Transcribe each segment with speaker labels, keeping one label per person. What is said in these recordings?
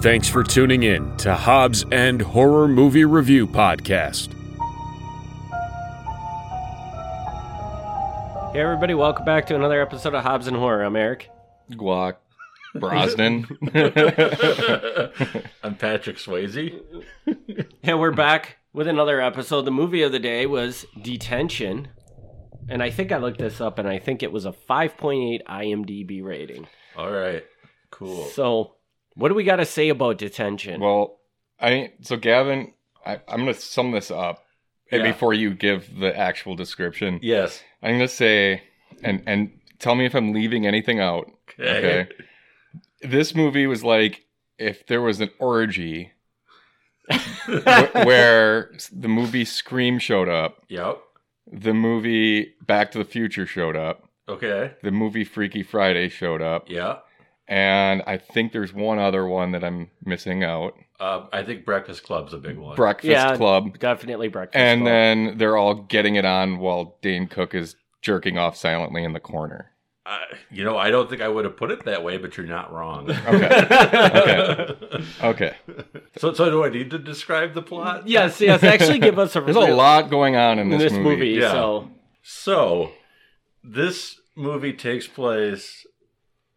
Speaker 1: Thanks for tuning in to Hobbs End Horror Movie Review Podcast.
Speaker 2: Hey everybody, welcome back to another episode of Hobbs and Horror. I'm Eric.
Speaker 3: Guac. Brosnan.
Speaker 4: I'm Patrick Swayze.
Speaker 2: And we're back with another episode. The movie of the day was Detention. And I think I looked this up and I think it was a 5.8 IMDb rating.
Speaker 4: All right, cool.
Speaker 2: So, what do we got to say about Detention?
Speaker 3: well, I so Gavin, I, I'm gonna sum this up and
Speaker 4: Yeah.
Speaker 3: before you give the actual description.
Speaker 4: yes.
Speaker 3: I'm gonna say and and tell me if I'm leaving anything out. Okay. This movie was like if there was an orgy wh- where the movie Scream showed up,
Speaker 4: Yep.
Speaker 3: the movie Back to the Future showed up,
Speaker 4: Okay.
Speaker 3: the movie Freaky Friday showed up,
Speaker 4: Yeah.
Speaker 3: and I think there's one other one that I'm missing out.
Speaker 4: Um, I think Breakfast Club's a big one.
Speaker 3: Breakfast
Speaker 2: Yeah.
Speaker 3: Club.
Speaker 2: Definitely breakfast.
Speaker 3: And
Speaker 2: Club.
Speaker 3: then they're all getting it on while Dane Cook is jerking off silently in the corner.
Speaker 4: I, you know, I don't think I would have put it that way, but you're not wrong.
Speaker 3: uh, Okay.
Speaker 4: so, so do I need to describe the plot?
Speaker 2: yes, yes, actually give us a
Speaker 3: There's a lot going on in
Speaker 2: in
Speaker 3: this,
Speaker 2: this movie.
Speaker 4: yeah.
Speaker 2: So,
Speaker 4: So, this movie takes place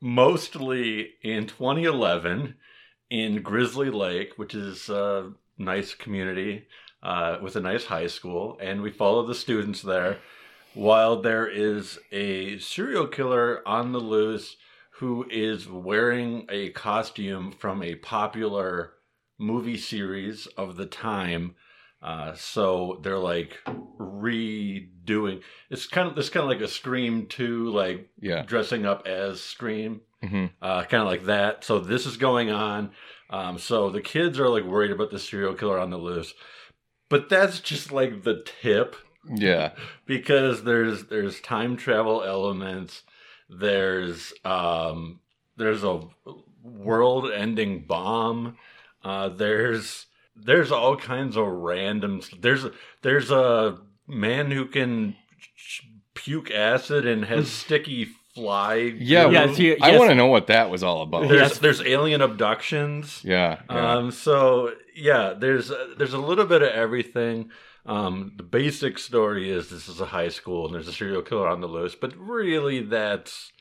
Speaker 4: mostly in 2011 in Grizzly Lake, which is a nice community uh, with a nice high school, and we follow the students there while there is a serial killer on the loose who is wearing a costume from a popular movie series of the time. Uh, so they're like redoing. It's kind of it's kind of like a Scream two, like
Speaker 3: Yeah.
Speaker 4: dressing up as Scream,
Speaker 3: hmm
Speaker 4: uh, kind of like that. So this is going on. Um, so the kids are like worried about the serial killer on the loose, but that's just like the tip
Speaker 3: Yeah.
Speaker 4: because there's there's time travel elements there's um there's a world ending bomb uh there's there's all kinds of random there's there's a man who can sh- puke acid and has sticky fly
Speaker 3: Yeah.
Speaker 4: goo.
Speaker 2: yes, you,
Speaker 3: I
Speaker 2: yes.
Speaker 3: want to know what that was all about.
Speaker 4: there's
Speaker 3: Yeah.
Speaker 2: Yes.
Speaker 4: there's alien abductions
Speaker 3: yeah.
Speaker 4: um, so yeah, there's uh, there's a little bit of everything. Um, the basic story is this is a high school and there's a serial killer on the loose, but really that's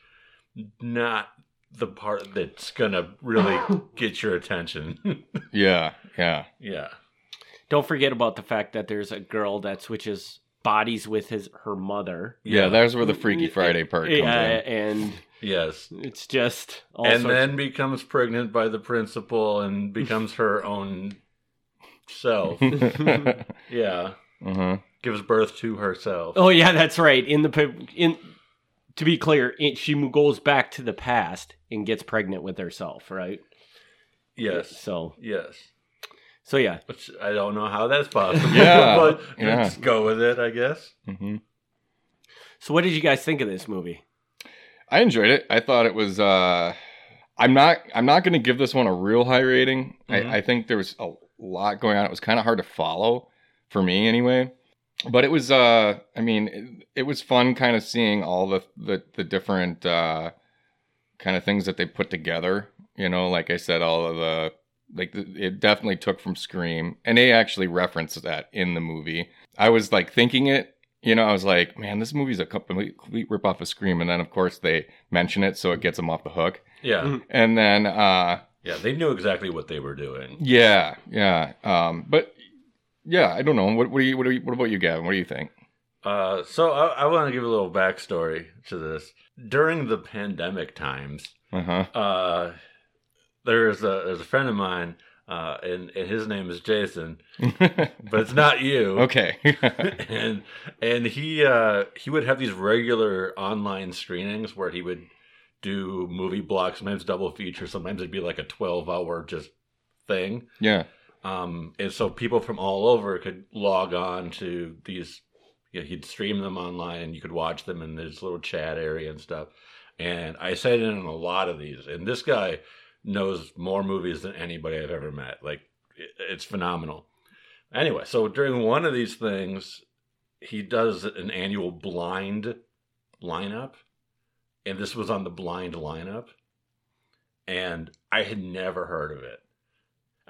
Speaker 4: not the part that's gonna really get your attention.
Speaker 3: yeah. Yeah.
Speaker 4: yeah,
Speaker 2: don't forget about the fact that there's a girl that switches bodies with his her mother.
Speaker 3: Yeah.
Speaker 4: Yeah.
Speaker 3: That's where the Freaky Friday part comes
Speaker 2: Yeah,
Speaker 3: in.
Speaker 2: and
Speaker 4: yes.
Speaker 2: it's just all
Speaker 4: and
Speaker 2: sorts-
Speaker 4: then becomes pregnant by the principal and becomes her own self. yeah,
Speaker 3: uh-huh.
Speaker 4: gives birth to herself.
Speaker 2: oh yeah, that's right. In the pa- in to be clear, it, she mo- goes back to the past and gets pregnant with herself, right?
Speaker 4: Yes,
Speaker 2: So
Speaker 4: yes.
Speaker 2: so yeah,
Speaker 4: Which I don't know how that's possible.
Speaker 3: Yeah,
Speaker 4: but
Speaker 3: yeah.
Speaker 4: let's go with it, I guess.
Speaker 3: hmm
Speaker 2: so what did you guys think of this movie?
Speaker 3: I enjoyed it. I thought it was. Uh, I'm not. I'm not going to give this one a real high rating.
Speaker 4: Mhm.
Speaker 3: I, I think there was a lot going on. It was kind of hard to follow for me, anyway. But it was. Uh, I mean, it, it was fun, kind of seeing all the the, the different uh, kind of things that they put together. You know, like I said, all of the like th- it definitely took from Scream, and they actually referenced that in the movie. I was like thinking it you know, I was like, man, this movie's a complete, complete rip off of Scream, and then of course they mention it, so it gets them off the hook.
Speaker 4: Yeah,
Speaker 2: Mhm.
Speaker 3: And then, uh,
Speaker 4: yeah, they knew exactly what they were doing.
Speaker 3: yeah, yeah, um, but yeah, I don't know. What what, do you, what, do you, what about you, Gavin? What do you think?
Speaker 4: Uh, so I, I want to give a little backstory to this. During the pandemic times,
Speaker 3: Uh huh.
Speaker 4: uh, there's a there's a friend of mine, uh, and, and his name is Jason, but it's not you.
Speaker 3: okay.
Speaker 4: and and he uh, he would have these regular online screenings where he would do movie blocks, sometimes double feature, sometimes it'd be like a twelve hour just thing.
Speaker 3: yeah.
Speaker 4: Um, and so people from all over could log on to these. You know, he'd stream them online, and you could watch them in this little chat area and stuff. And I sat in on a lot of these, and this guy knows more movies than anybody I've ever met. Like, it- it's phenomenal. Anyway, so during one of these things, he does an annual blind lineup, and this was on the blind lineup, and I had never heard of it.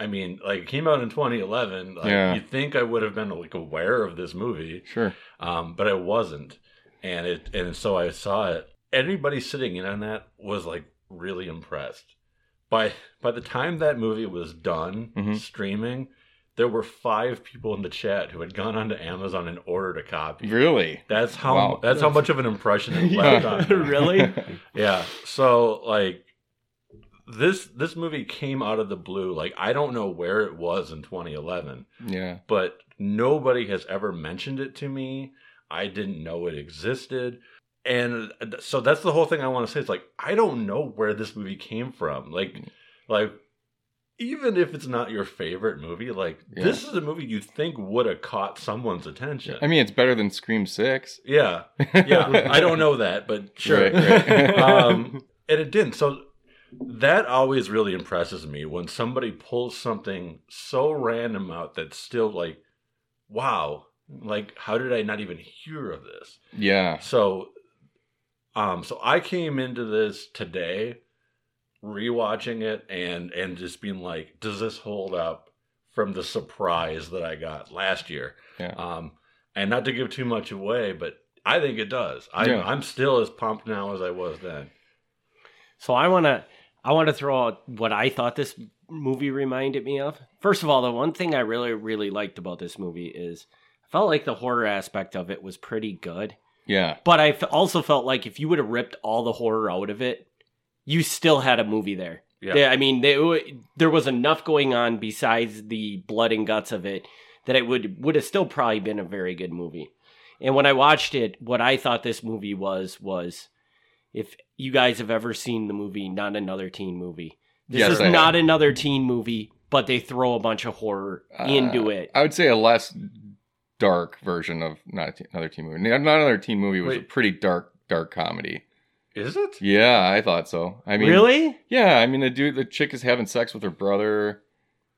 Speaker 4: I mean, like it came out in 2011. Like,
Speaker 3: Yeah.
Speaker 4: You'd think I would have been like aware of this movie,
Speaker 3: Sure.
Speaker 4: um, but I wasn't, and it and so I saw it. Anybody sitting in on that was like really impressed. By by the time that movie was done
Speaker 3: Mhm.
Speaker 4: streaming, there were five people in the chat who had gone onto Amazon and ordered a copy.
Speaker 3: Really?
Speaker 4: That's how
Speaker 3: Wow.
Speaker 4: that's how much of an impression it left
Speaker 3: Yeah.
Speaker 4: on. me.
Speaker 2: really?
Speaker 4: Yeah. So like this this movie came out of the blue. Like I don't know where it was in 2011,
Speaker 3: yeah.
Speaker 4: but nobody has ever mentioned it to me. I didn't know it existed. And so that's the whole thing I want to say. It's like I don't know where this movie came from. Like
Speaker 3: Mm.
Speaker 4: like even if it's not your favorite movie, like
Speaker 3: Yeah.
Speaker 4: this is a movie you think would have caught someone's attention.
Speaker 3: I mean, it's better than Scream Six.
Speaker 4: yeah, yeah. I don't know that, but sure
Speaker 3: Right, right.
Speaker 4: um, and it didn't. So that always really impresses me when somebody pulls something so random out that's still like, wow, like how did I not even hear of this?
Speaker 3: yeah.
Speaker 4: So, um, so I came into this today, rewatching it and and just being like, does this hold up from the surprise that I got last year?
Speaker 3: Yeah.
Speaker 4: Um, and not to give too much away, but I think it does. I,
Speaker 3: Yeah.
Speaker 4: I'm still as pumped now as I was then.
Speaker 2: So I want to I want to throw out what I thought this movie reminded me of. First of all, the one thing I really really liked about this movie is I felt like the horror aspect of it was pretty good,
Speaker 3: Yeah.
Speaker 2: but I f- also felt like if you would have ripped all the horror out of it, you still had a movie there.
Speaker 4: Yeah.
Speaker 2: They- I mean, they, w- there was enough going on besides the blood and guts of it that it would would have still probably been a very good movie. And when I watched it, what I thought this movie was was if you guys have ever seen the movie Not Another Teen Movie. This
Speaker 3: Yes,
Speaker 2: is
Speaker 3: I have.
Speaker 2: not another teen movie, but they throw a bunch of horror into
Speaker 3: Uh,
Speaker 2: it.
Speaker 3: I would say a less dark version of not a teen, another teen movie. Not another teen movie was a
Speaker 4: Wait.
Speaker 3: pretty dark, dark comedy.
Speaker 4: Is it?
Speaker 3: Yeah, I thought so. I mean,
Speaker 2: really?
Speaker 3: Yeah, I mean the dude, the chick is having sex with her brother.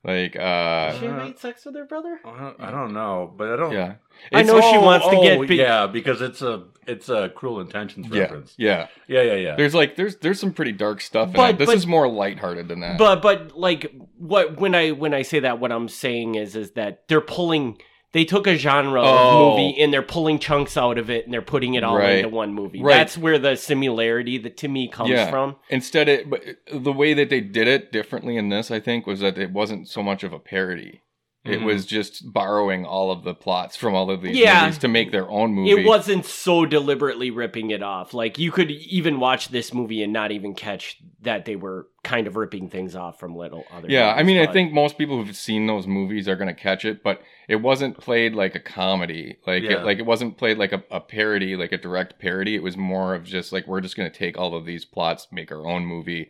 Speaker 3: Like,
Speaker 2: Did
Speaker 3: uh,
Speaker 2: she made sex with her brother?
Speaker 4: I don't, I don't know, but I don't. Oh,
Speaker 3: yeah,
Speaker 2: Oh. I know Oh, she wants to get big-
Speaker 4: yeah, because it's a it's a cruel intentions
Speaker 3: yeah,
Speaker 4: reference.
Speaker 3: yeah.
Speaker 4: Yeah, yeah, yeah.
Speaker 3: There's like, there's there's some pretty dark stuff.
Speaker 2: But-
Speaker 3: in it. This
Speaker 2: but-
Speaker 3: is more lighthearted than that.
Speaker 2: but but like what when i when i say that what i'm saying is is that they're pulling they took a genre
Speaker 3: Oh.
Speaker 2: of movie and they're pulling chunks out of it and they're putting it all
Speaker 3: Right.
Speaker 2: into one movie
Speaker 3: Right.
Speaker 2: that's where the similarity that to me comes
Speaker 3: Yeah.
Speaker 2: from
Speaker 3: Instead, it but the way that they did it differently in this, I think, was that it wasn't so much of a parody. It
Speaker 4: Mhm.
Speaker 3: was just borrowing all of the plots from all of these
Speaker 2: Mm-hmm. Yeah.
Speaker 3: movies to make their own movie.
Speaker 2: it wasn't so deliberately ripping it off like you could even watch this movie and not even catch that they were kind of ripping things off from little other
Speaker 3: Yeah, I
Speaker 2: movies,
Speaker 3: mean, I
Speaker 2: but-
Speaker 3: think most people who've seen those movies are gonna catch it, but it wasn't played like a comedy, like
Speaker 4: Yeah.
Speaker 3: it, like it wasn't played like a, a parody, like a direct parody. It was more of just like we're just gonna take all of these plots, make our own movie.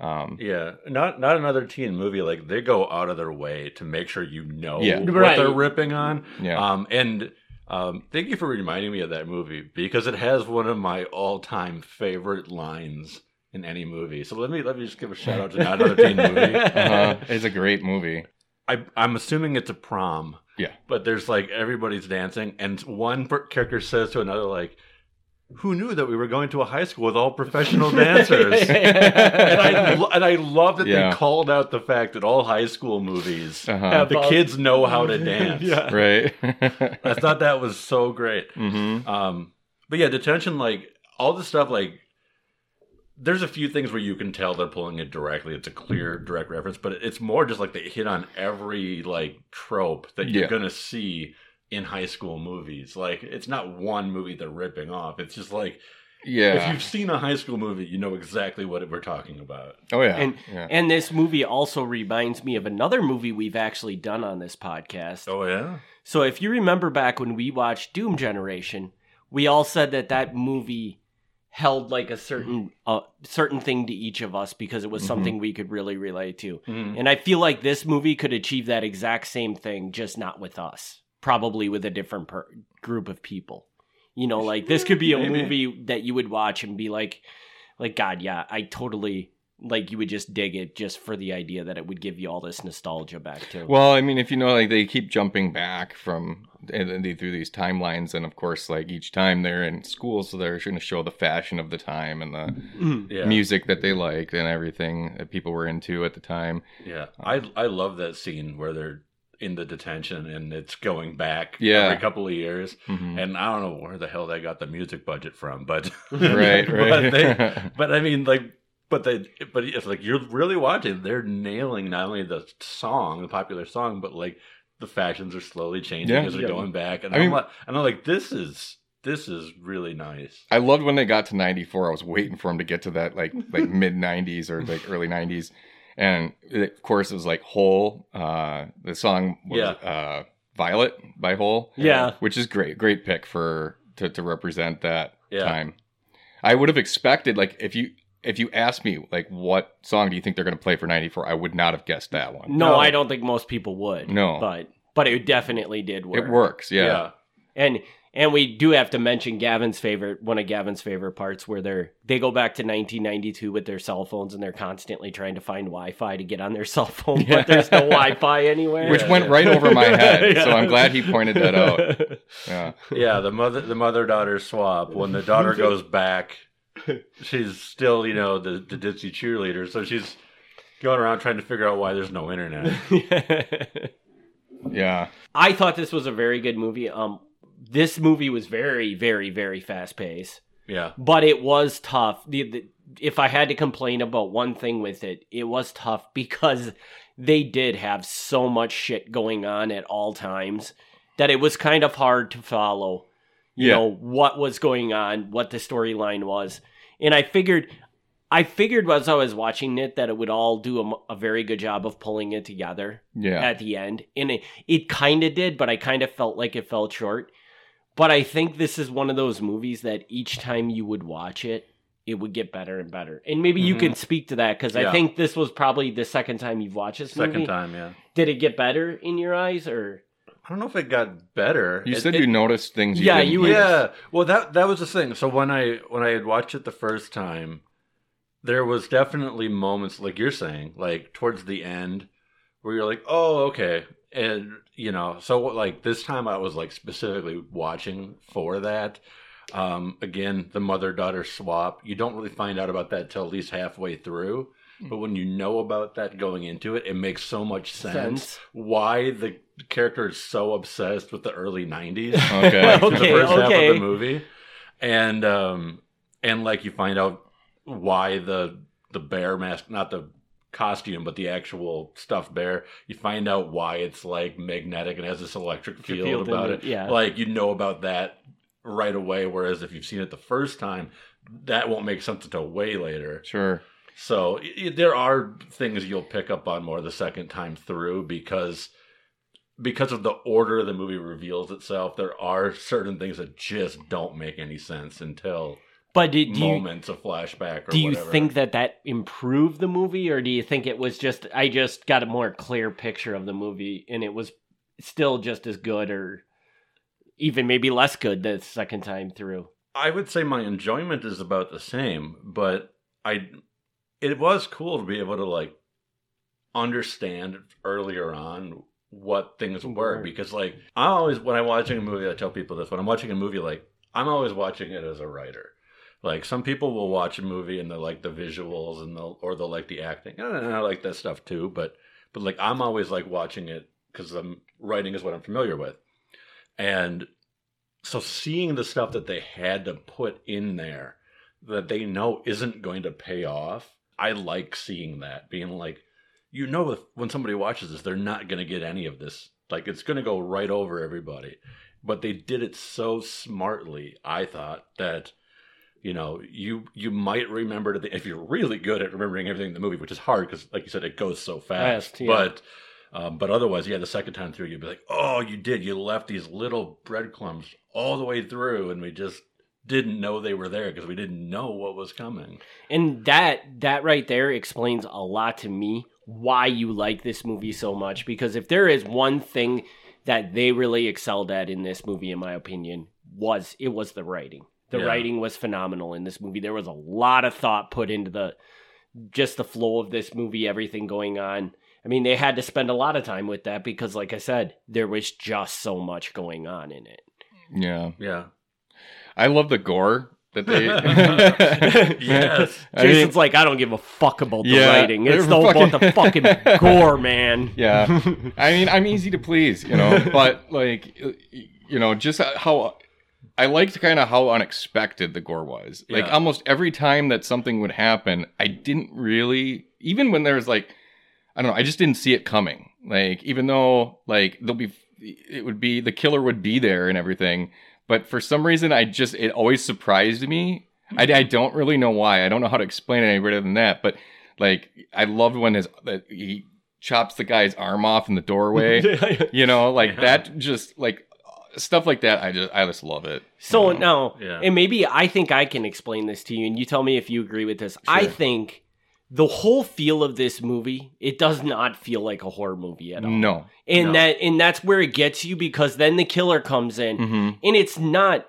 Speaker 3: Um,
Speaker 4: yeah, not not another teen movie. Like they go out of their way to make sure you know
Speaker 3: Yeah.
Speaker 4: what
Speaker 2: Right.
Speaker 4: they're ripping on.
Speaker 3: yeah,
Speaker 4: Um, and um, thank you for reminding me of that movie because it has one of my all-time favorite lines in any movie. So let me let me just give a shout out to not another teen movie.
Speaker 3: uh it's a great movie.
Speaker 4: I, I'm assuming it's a prom.
Speaker 3: Yeah.
Speaker 4: But there's like everybody's dancing, and one per- character says to another, like, "Who knew that we were going to a high school with all professional dancers?" and I lo- and I love that
Speaker 3: Yeah.
Speaker 4: they called out the fact that all high school movies,
Speaker 3: Uh-huh.
Speaker 4: the
Speaker 2: About-
Speaker 4: kids know how to dance.
Speaker 2: Yeah.
Speaker 3: right.
Speaker 4: I thought that was so great.
Speaker 3: hmm
Speaker 4: Um, but yeah, detention, like all the stuff, like there's a few things where you can tell they're pulling it directly. It's a clear direct reference, but it's more just like they hit on every like trope that you're
Speaker 3: Yeah.
Speaker 4: gonna see in high school movies. Like it's not one movie they're ripping off. It's just like if
Speaker 3: Yeah.
Speaker 4: you've seen a high school movie, you know exactly what we're talking about.
Speaker 3: Oh yeah.
Speaker 2: and
Speaker 3: yeah.
Speaker 2: and this movie also reminds me of another movie we've actually done on this podcast
Speaker 4: Oh yeah,
Speaker 2: So if you remember back when we watched Doom Generation, we all said that that movie held like a certain uh, certain thing to each of us because it was
Speaker 3: Mhm.
Speaker 2: something we could really relate to.
Speaker 4: Mhm.
Speaker 2: And I feel like this movie could achieve that exact same thing just not with us, probably with a different per- group of people. You know, like this could be a
Speaker 4: Maybe.
Speaker 2: movie that you would watch and be like like god, yeah, I totally like you would just dig it just for the idea that it would give you all this nostalgia back to
Speaker 3: Well, I mean, if you know, like they keep jumping back from and then they through these timelines, and of course, like each time they're in school, so they're going to show the fashion of the time and the
Speaker 2: Mhm.
Speaker 4: Yeah.
Speaker 3: music that they liked and everything that people were into at the time.
Speaker 4: Yeah, I I love that scene where they're in the detention and it's going back
Speaker 3: Yeah.
Speaker 4: every couple of years.
Speaker 3: Mhm.
Speaker 4: And I don't know where the hell they got the music budget from, but
Speaker 3: right, right.
Speaker 4: but, they, but I mean, like, but they, but it's like you're really watching. They're nailing not only the song, the popular song, but like the fashions are slowly changing
Speaker 3: Yeah.
Speaker 4: as they're
Speaker 2: Yeah.
Speaker 4: going back. And
Speaker 3: I
Speaker 4: I am
Speaker 3: mean-
Speaker 4: like, and I'm like, this is this is really nice.
Speaker 3: I loved when they got to 94. I was waiting for them to get to that like like mid 90s or like early 90s. And it- of course, it was like Hole. Uh, the song was
Speaker 4: Yeah.
Speaker 3: uh, Violet by Hole.
Speaker 2: Yeah.
Speaker 3: Which is great. Great pick for to, to represent that
Speaker 4: Yeah.
Speaker 3: time. I would have expected like if you if you asked me like what song do you think they're going to play for 94, I would not have guessed that one.
Speaker 2: No,
Speaker 4: No.
Speaker 2: I don't think most people would.
Speaker 3: No.
Speaker 2: but but it definitely did work.
Speaker 3: It works. Yeah.
Speaker 2: and and we do have to mention Gavin's favorite one of Gavin's favorite parts where they're they go back to 1992 with their cell phones and they're constantly trying to find Wi-Fi to get on their cell phone,
Speaker 3: Yeah.
Speaker 2: but there's no Wi-Fi anywhere.
Speaker 3: Which
Speaker 4: Yeah,
Speaker 3: went
Speaker 4: yeah.
Speaker 3: right over my head.
Speaker 2: Yeah.
Speaker 3: So I'm glad he pointed that out. Yeah.
Speaker 4: yeah, yeah. The mother, the mother daughter swap. When the daughter goes back, she's still you know the the ditzy cheerleader, so she's going around trying to figure out why there's no internet.
Speaker 3: Yeah.
Speaker 2: I thought this was a very good movie. Um, this movie was very, very, very fast paced.
Speaker 4: Yeah,
Speaker 2: but it was tough. The, the, if I had to complain about one thing with it, it was tough because they did have so much shit going on at all times that it was kind of hard to follow. You
Speaker 3: Yeah.
Speaker 2: know what was going on, what the storyline was, and I figured, I figured as I was watching it that it would all do a m a a very good job of pulling it together
Speaker 3: Yeah.
Speaker 2: at the end and it, it kind of did but i kind of felt like it fell short but i think this is one of those movies that each time you would watch it it would get better and better and maybe you
Speaker 4: Mhm.
Speaker 2: can speak to that because i
Speaker 4: Yeah.
Speaker 2: think this was probably the second time you've watched this
Speaker 4: second
Speaker 2: movie.
Speaker 4: time. Yeah,
Speaker 2: did it get better in your eyes or
Speaker 4: I don't know if it got better.
Speaker 3: You
Speaker 4: It-
Speaker 3: said
Speaker 4: it-
Speaker 3: you noticed things. You
Speaker 2: Yeah,
Speaker 3: didn't
Speaker 2: you were-
Speaker 3: notice.
Speaker 4: Yeah. Well, that that was the thing. So when I when I had watched it the first time, there was definitely moments like you're saying, like towards the end, where you're like, oh, okay, and you know, so like this time I was like specifically watching for that. Um, again, the mother daughter swap. You don't really find out about that till at least halfway through. But when you know about that going into it, it makes so much sense why the character is so obsessed with the early 90s
Speaker 3: Okay.
Speaker 4: like, through
Speaker 2: Okay,
Speaker 4: the first half
Speaker 2: okay.
Speaker 4: of the movie and um and like you find out why the the bear mask not the costume but the actual stuffed bear you find out why it's like magnetic and has this electric field,
Speaker 2: Field in
Speaker 4: about
Speaker 2: the-
Speaker 4: it
Speaker 2: yeah.
Speaker 4: like you know about that right away whereas if you've seen it the first time that won't make sense until way later
Speaker 3: Sure.
Speaker 4: so i i- there are things you'll pick up on more the second time through because because of the order the movie reveals itself. There are certain things that just don't make any sense until
Speaker 2: but did, do you
Speaker 4: moments of flashback or
Speaker 2: do you
Speaker 4: whatever.
Speaker 2: think that that improved the movie or do you think it was just i just got a more clear picture of the movie and it was still just as good or even maybe less good the second time through
Speaker 4: I would say my enjoyment is about the same, but I it was cool to be able to like understand earlier on what things were
Speaker 2: Right.
Speaker 4: because like I always when I'm watching a movie I tell people this when I'm watching a movie like I'm always watching it as a writer. Like some people will watch a movie and they like the visuals and the or they'll like the acting. And I like that stuff too, but but like I'm always like watching it because I'm writing is what I'm familiar with. And so seeing the stuff that they had to put in there that they know isn't going to pay off, I like seeing that. Being like, you know, if, when somebody watches this, they're not going to get any of this. Like it's going to go right over everybody. But they did it so smartly, I thought that you know you you might remember to the, if you're really good at remembering everything in the movie, which is hard because, like you said, it goes so fast.
Speaker 2: Fast, yeah.
Speaker 4: But um, but otherwise, yeah, the second time through, you'd be like, oh, you did. You left these little breadcrumbs all the way through, and we just didn't know they were there because we didn't know what was coming.
Speaker 2: and that that right there explains a lot to me why you like this movie so much because if there is one thing that they really excelled at in this movie in my opinion was it was the writing the
Speaker 4: Yeah.
Speaker 2: writing was phenomenal in this movie there was a lot of thought put into the just the flow of this movie everything going on I mean, they had to spend a lot of time with that because, like I said, there was just so much going on in it.
Speaker 3: Yeah.
Speaker 4: Yeah.
Speaker 3: I love the gore that they.
Speaker 4: Yes.
Speaker 3: I mean,
Speaker 2: Jason's like, I don't give a fuck about the
Speaker 3: Yeah,
Speaker 2: writing. It's
Speaker 3: they're
Speaker 2: all about the
Speaker 3: fucking-
Speaker 2: fucking gore, man.
Speaker 3: yeah. I mean, I'm easy to please, you know, but like, you know, just how I liked kind of how unexpected the gore was. Like,
Speaker 4: Yeah.
Speaker 3: almost every time that something would happen, I didn't really, even when there was like, I don't know, I just didn't see it coming. Like, even though, like, there'll be, it would be, the killer would be there and everything. But for some reason, I just, it always surprised me. I, I don't really know why. I don't know how to explain it any better than that. But like, I loved when his, that he chops the guy's arm off in the doorway. you know like
Speaker 4: Yeah.
Speaker 3: that just like stuff like that i just i just love it
Speaker 2: So
Speaker 3: Yeah.
Speaker 2: now,
Speaker 4: Yeah.
Speaker 2: and maybe I think I can explain this to you, and you tell me if you agree with this. I
Speaker 3: Sure.
Speaker 2: think the whole feel of this movie it does not feel like a horror movie at all.
Speaker 3: no
Speaker 2: and
Speaker 4: No.
Speaker 2: that and that's where it gets you because then the killer comes in,
Speaker 3: hmm
Speaker 2: and it's not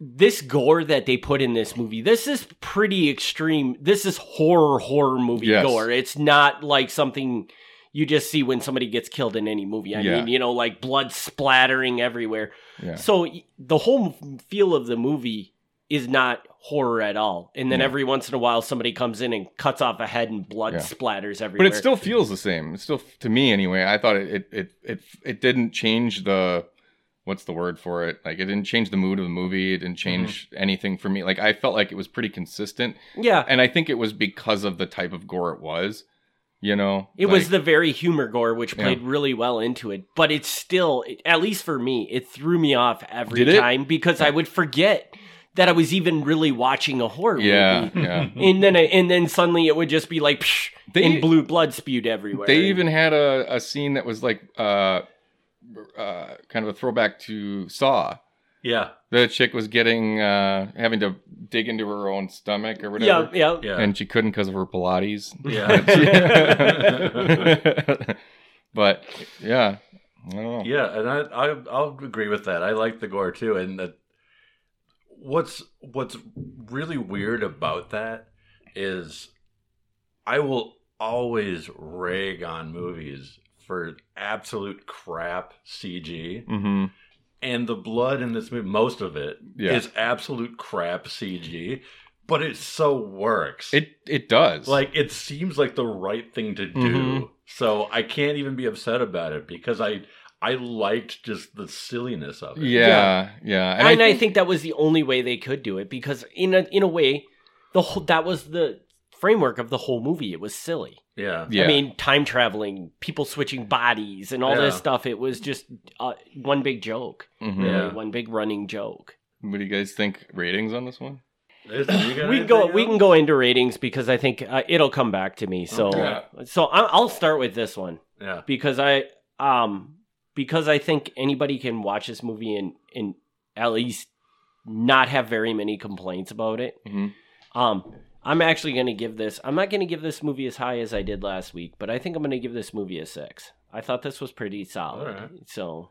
Speaker 2: this gore that they put in this movie. This is pretty extreme. This is horror horror movie
Speaker 3: Yes.
Speaker 2: gore. It's not like something you just see when somebody gets killed in any movie. I
Speaker 3: Yeah.
Speaker 2: mean, you know, like blood splattering everywhere.
Speaker 3: yeah
Speaker 2: So y- the whole m- feel of the movie is not horror at all. And then
Speaker 3: No.
Speaker 2: every once in a while, somebody comes in and cuts off a head, and blood
Speaker 3: Yeah.
Speaker 2: splatters everywhere.
Speaker 3: but it still feels the same it's still to me anyway i thought it it it it, it didn't change the what's the word for it like it didn't change the mood of the movie it didn't change anything for me like i felt like it was pretty consistent
Speaker 2: yeah.
Speaker 3: and i think it was because of the type of gore it was you know
Speaker 2: It was
Speaker 3: Like,
Speaker 2: the very humor gore, which
Speaker 3: Yeah.
Speaker 2: played really well into it. But it's still, it- at least for me, it threw me off every
Speaker 3: Did it?
Speaker 2: time because I would forget that I was even really watching a horror
Speaker 3: yeah
Speaker 2: movie.
Speaker 3: yeah
Speaker 2: And then, I, and then suddenly it would just be like, psh,
Speaker 3: They-
Speaker 2: and blue blood spewed everywhere.
Speaker 3: They even had a, a scene that was like uh, uh, kind of a throwback to Saw.
Speaker 4: Yeah.
Speaker 3: The chick was getting uh, having to dig into her own stomach or
Speaker 2: yeah,
Speaker 3: whatever,
Speaker 2: yeah,
Speaker 4: Yeah.
Speaker 3: and she couldn't because of her Pilates.
Speaker 4: yeah.
Speaker 3: but yeah, I don't know.
Speaker 4: Yeah, and I, I I'll agree with that. I like the gore too, and that what's what's really weird about that is I will always rag on movies for absolute crap CG,
Speaker 3: hmm
Speaker 4: and the blood in this movie, most of it is
Speaker 3: Yeah.
Speaker 4: absolute crap CG, but it so works.
Speaker 3: It it does.
Speaker 4: like it seems like the right thing to do
Speaker 2: Mm-hmm.
Speaker 3: Mhm.
Speaker 4: so i can't even be upset about it because i i liked just the silliness of it
Speaker 3: yeah, yeah,
Speaker 2: and, I, think, that was the only way they could do it because in a in a way, the whole that was the framework of the whole movie. It was silly.
Speaker 4: yeah
Speaker 3: yeah,
Speaker 2: I mean, time traveling, people switching bodies, and all this
Speaker 4: Yeah.
Speaker 2: stuff. It was just uh, one big joke,
Speaker 3: Mhm.
Speaker 2: really,
Speaker 4: Yeah.
Speaker 2: one big running joke.
Speaker 3: What do you guys think? Ratings on this one?
Speaker 4: Listen, you got
Speaker 2: we can go.
Speaker 4: anything
Speaker 2: We can
Speaker 4: else?
Speaker 2: go into ratings because I think uh, it'll come back to me. So,
Speaker 4: Okay.
Speaker 2: so I- I'll start with this one
Speaker 4: yeah
Speaker 2: because I um because I think anybody can watch this movie and and at least not have very many complaints about it.
Speaker 3: Mhm.
Speaker 2: Um, I'm actually going to give this. I'm not going to give this movie as high as I did last week, but I think I'm going to give this movie a six. I thought this was pretty solid.
Speaker 4: All right.
Speaker 2: So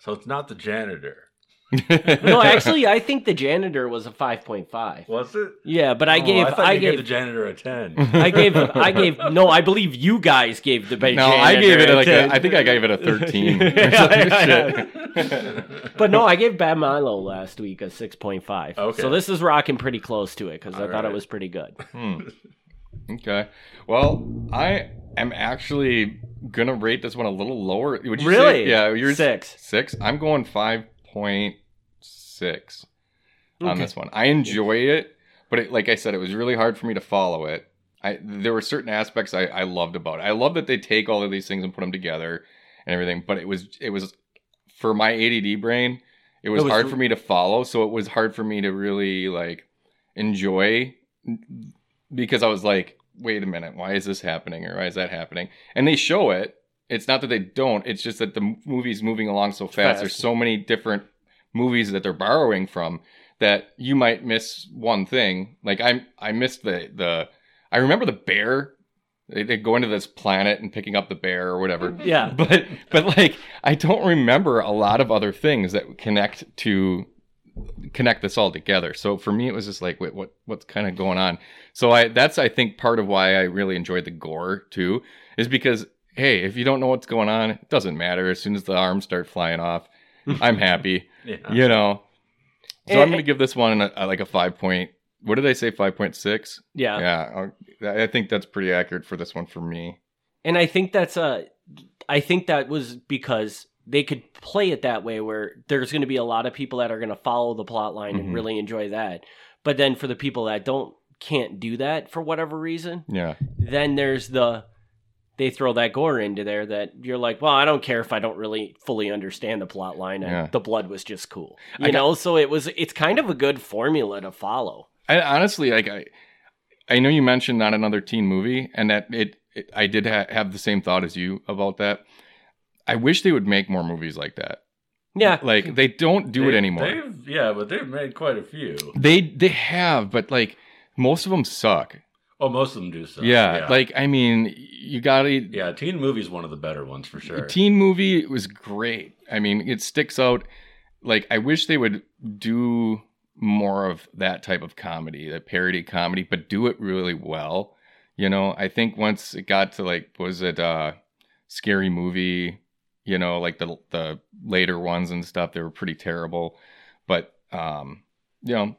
Speaker 4: so it's not the janitor
Speaker 2: no, actually, I think the janitor was a five point five.
Speaker 4: was it
Speaker 2: Yeah, but I
Speaker 4: Oh,
Speaker 2: gave
Speaker 4: I,
Speaker 2: I,
Speaker 4: thought you
Speaker 2: gave.
Speaker 4: the janitor a 10
Speaker 2: I gave I gave no I believe you guys gave the
Speaker 3: no, I
Speaker 2: janitor
Speaker 3: gave it like a,
Speaker 2: 10.
Speaker 3: I think I gave it a thirteen. or
Speaker 2: Yeah,
Speaker 3: some
Speaker 2: yeah,
Speaker 3: shit.
Speaker 2: But no, I gave Bad Milo last week a 6.5.
Speaker 4: Okay.
Speaker 2: So this is rocking pretty close to it because I
Speaker 4: All
Speaker 2: thought
Speaker 4: right.
Speaker 2: it was pretty good.
Speaker 3: Hmm. Okay. Well, I am actually gonna rate this one a little lower. Would you say-
Speaker 2: Really?
Speaker 3: yeah, you're
Speaker 2: Six.
Speaker 3: six. I'm going five point six on
Speaker 2: Okay.
Speaker 3: this one. I enjoy it, but it, like I said, it was really hard for me to follow it. I there were certain aspects I, I loved about it. I love that they take all of these things and put them together and everything, but it was it was for my ADD brain, it was,
Speaker 2: It was-
Speaker 3: hard for me to follow. So it was hard for me to really like enjoy because I was like, wait a minute, why is this happening or why is that happening? And they show it. It's not that they don't. It's just that the m- movie's moving along so fast.
Speaker 2: Fast.
Speaker 3: There's so many different movies that they're borrowing from that you might miss one thing. Like I I missed the the I remember the bear. They, they go into this planet and picking up the bear or whatever
Speaker 2: Yeah.
Speaker 3: but but like I don't remember a lot of other things that connect to connect this all together. So for me, it was just like, wait, what what's kind of going on? So I that's I think part of why I really enjoyed the gore too is because hey, if you don't know what's going on, it doesn't matter. As soon as the arms start flying off, I'm happy.
Speaker 4: Yeah.
Speaker 3: you know. So
Speaker 2: Eh,
Speaker 3: I'm gonna give this one a, a- like a five point. What did I say? Five point six.
Speaker 2: Yeah.
Speaker 3: Yeah, I'll- I think that's pretty accurate for this one for me.
Speaker 2: And I think that's a, I think that was because they could play it that way where there's going to be a lot of people that are going to follow the plot line and
Speaker 3: Mhm.
Speaker 2: really enjoy that. But then for the people that don't, can't do that for whatever reason,
Speaker 3: Yeah,
Speaker 2: then there's the, they throw that gore into there that you're like, well, I don't care if I don't really fully understand the plot line. I-
Speaker 3: Yeah.
Speaker 2: The blood was just cool.
Speaker 3: I
Speaker 2: You know, so it was, it's kind of a good formula to follow.
Speaker 3: I honestly like I. I know you mentioned not another teen movie, and that it. it I did ha- have the same thought as you about that. I wish they would make more movies like that.
Speaker 2: Yeah.
Speaker 3: Like they don't do it
Speaker 4: They-
Speaker 3: anymore.
Speaker 4: They've, yeah, but they've made quite a few.
Speaker 3: They they have, but like most of them suck.
Speaker 4: Oh, most of them do so.
Speaker 3: yeah, like I mean, you gotta
Speaker 4: yeah, teen movie's one of the better ones for sure.
Speaker 3: Teen movie was great. I mean, it sticks out. Like I wish they would do more of that type of comedy, the parody comedy, but do it really well. You know, I think once it got to like, was it uh scary movie? You know, like the the later ones and stuff, they were pretty terrible. But um, you know,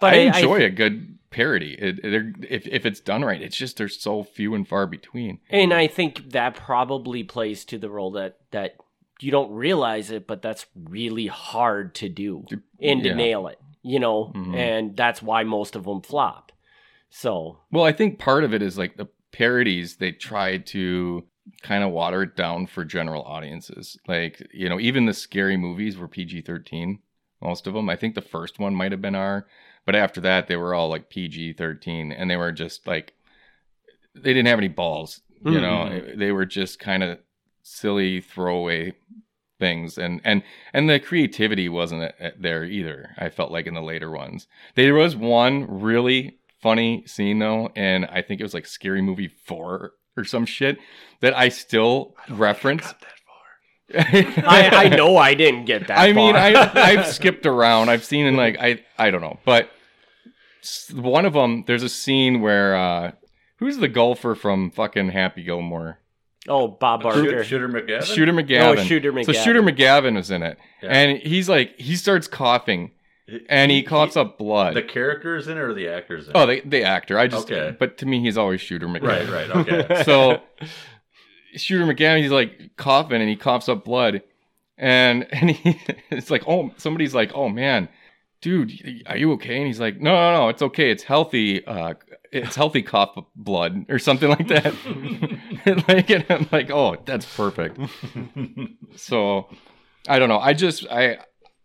Speaker 2: But
Speaker 3: I
Speaker 2: I- I-
Speaker 3: enjoy a good parody. It, they're, if if it's done right, it's just they're so few and far between.
Speaker 2: And I think that probably plays to the role that that you don't realize it, but that's really hard to do and
Speaker 3: Yeah.
Speaker 2: to nail it, you know.
Speaker 3: Mhm.
Speaker 2: And that's why most of them flop. So
Speaker 3: Well, I think part of it is like the parodies they try to kind of water it down for general audiences. Like, you know, even the scary movies were PG 13, most of them. I think the first one might have been R, but after that, they were all like PG 13 and they were just like, they didn't have any balls, you know, they were just kind of silly throwaway things and and and the creativity wasn't a- a- there either i felt like in the later ones there was one really funny scene though, and I think it was like Scary Movie Four or some shit that I still reference.
Speaker 4: Got that far.
Speaker 2: I, I know I didn't get that.
Speaker 3: I mean,
Speaker 2: far.
Speaker 3: I I've skipped around. I've seen in like I I don't know, but s- one of them there's a scene where uh who's the golfer from fucking Happy Gilmore?
Speaker 2: oh Bob Barker,
Speaker 4: Shoot- Shooter McGavin.
Speaker 3: Shooter
Speaker 2: oh
Speaker 3: McGavin.
Speaker 2: Shooter
Speaker 3: So
Speaker 2: McGavin.
Speaker 3: Shooter McGavin is in it,
Speaker 4: Yeah.
Speaker 3: and he's like he starts coughing, and he coughs up blood.
Speaker 4: The characters in it or the actors in it?
Speaker 3: Oh, the, the actor. I just,
Speaker 4: Okay.
Speaker 3: but to me, he's always Shooter McGavin.
Speaker 4: right, right, okay.
Speaker 3: so shooter mcgann he's like coughing and he coughs up blood and and he it's like oh somebody's like oh man dude are you okay and he's like no no no it's okay it's healthy uh it's healthy cough blood or something like that and like and i'm like oh that's perfect so i don't know i just i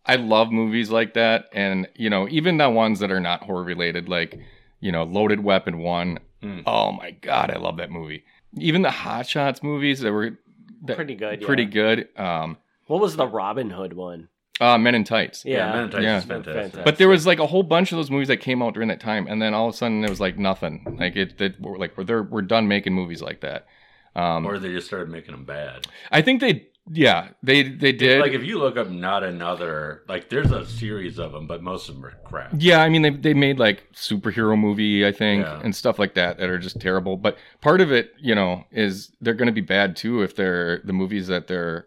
Speaker 3: i love movies like that and you know even the ones that are not horror related like you know loaded weapon one
Speaker 4: Mm.
Speaker 3: oh my god i love that movie even the hot shots movies that were that-
Speaker 2: Pretty
Speaker 4: Uh,
Speaker 2: good, yeah.
Speaker 3: pretty good um
Speaker 2: what was the Robin Hood one?
Speaker 3: uh men in tights
Speaker 4: yeah,
Speaker 2: Yeah,
Speaker 4: Men in Tights
Speaker 3: Yeah.
Speaker 4: is fantastic.
Speaker 2: Fantastic.
Speaker 3: but there was like a whole bunch of those movies that came out during that time and then all of a sudden it was like nothing like it that we're like we're, they're- we're done making movies like that um
Speaker 4: Or they just started making them bad.
Speaker 3: i think they yeah they they did
Speaker 4: Like if you look up not another, like there's a series of them, but most of them are crap.
Speaker 3: Yeah, I mean they they made like superhero movie, I think,
Speaker 4: Yeah.
Speaker 3: and stuff like that that are just terrible. But part of it, you know, is they're going to be bad too if they're the movies that they're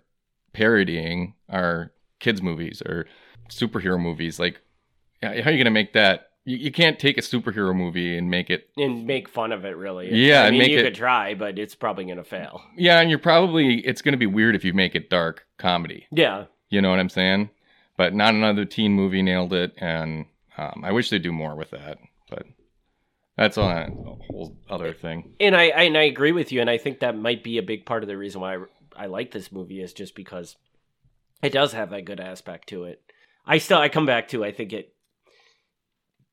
Speaker 3: parodying are kids movies or superhero movies. Like, how are you going to make that? You, you can't take a superhero movie and make it.
Speaker 2: and make fun of it really.
Speaker 3: Yeah,
Speaker 2: I
Speaker 3: and
Speaker 2: mean
Speaker 3: make
Speaker 2: you
Speaker 3: it-
Speaker 2: could try, but it's probably gonna fail.
Speaker 3: Yeah, and you're probably it's going to be weird if you make it dark comedy.
Speaker 2: Yeah,
Speaker 3: You know what I'm saying? But not another teen movie nailed it, and um, I wish they do more with that. But that's on a whole other thing.
Speaker 2: and I, I and I agree with you, and I think that might be a big part of the reason why I, I like this movie is just because it does have that good aspect to it. I still I come back to I think it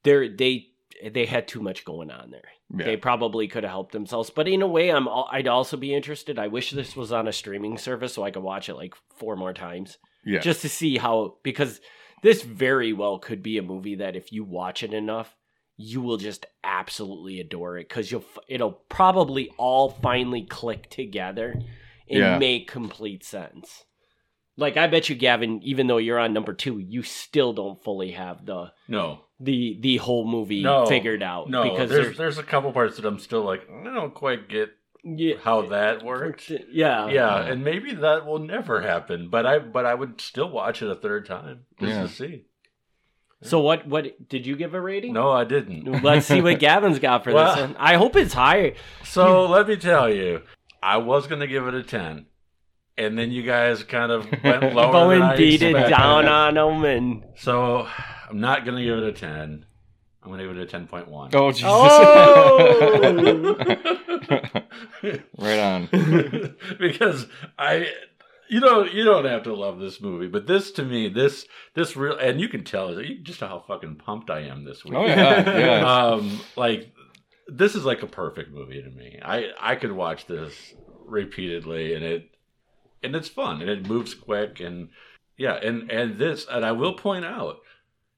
Speaker 2: there they they had too much going on there.
Speaker 3: Yeah.
Speaker 2: They probably could have helped themselves, but in a way, I'm al- I'd also be interested. I wish this was on a streaming service so I could watch it like four more times
Speaker 3: yeah.
Speaker 2: just to see how because this very well could be a movie that if you watch it enough you will just absolutely adore it because you'll f- it'll probably all finally click together and
Speaker 3: Yeah.
Speaker 2: make complete sense like i bet you gavin even though you're on number two you still don't fully have the
Speaker 4: No,
Speaker 2: the the whole movie
Speaker 4: No.
Speaker 2: figured out
Speaker 4: no,
Speaker 2: because
Speaker 4: there's
Speaker 2: there's
Speaker 4: there's a couple parts that I'm still like I don't quite get
Speaker 2: yeah,
Speaker 4: how that worked.
Speaker 2: Yeah.
Speaker 4: Yeah,
Speaker 3: Yeah.
Speaker 4: and maybe that will never happen, but I but I would still watch it a third time just
Speaker 3: Yeah.
Speaker 4: to see.
Speaker 2: So what? What did you give a rating?
Speaker 4: No, I didn't.
Speaker 2: Let's see what Gavin's got for
Speaker 4: Well-
Speaker 2: this one. I hope it's higher. Hmm.
Speaker 4: So let me tell you, I was gonna give it a ten, and then you guys kind of went lower. than I
Speaker 2: Bowen beat it
Speaker 4: expected.
Speaker 2: down on him, and
Speaker 4: So I'm not gonna give it a ten. I'm gonna give it a ten point one.
Speaker 3: Oh Jesus!
Speaker 2: Oh!
Speaker 3: right on.
Speaker 4: because I, you don't you don't have to love this movie, but this to me this this real and you can tell you- just how fucking pumped I am this week.
Speaker 3: Oh, yeah, yeah.
Speaker 4: um, like this is like a perfect movie to me. I I could watch this repeatedly, and it and it's fun and it moves quick and yeah and and this and I will point out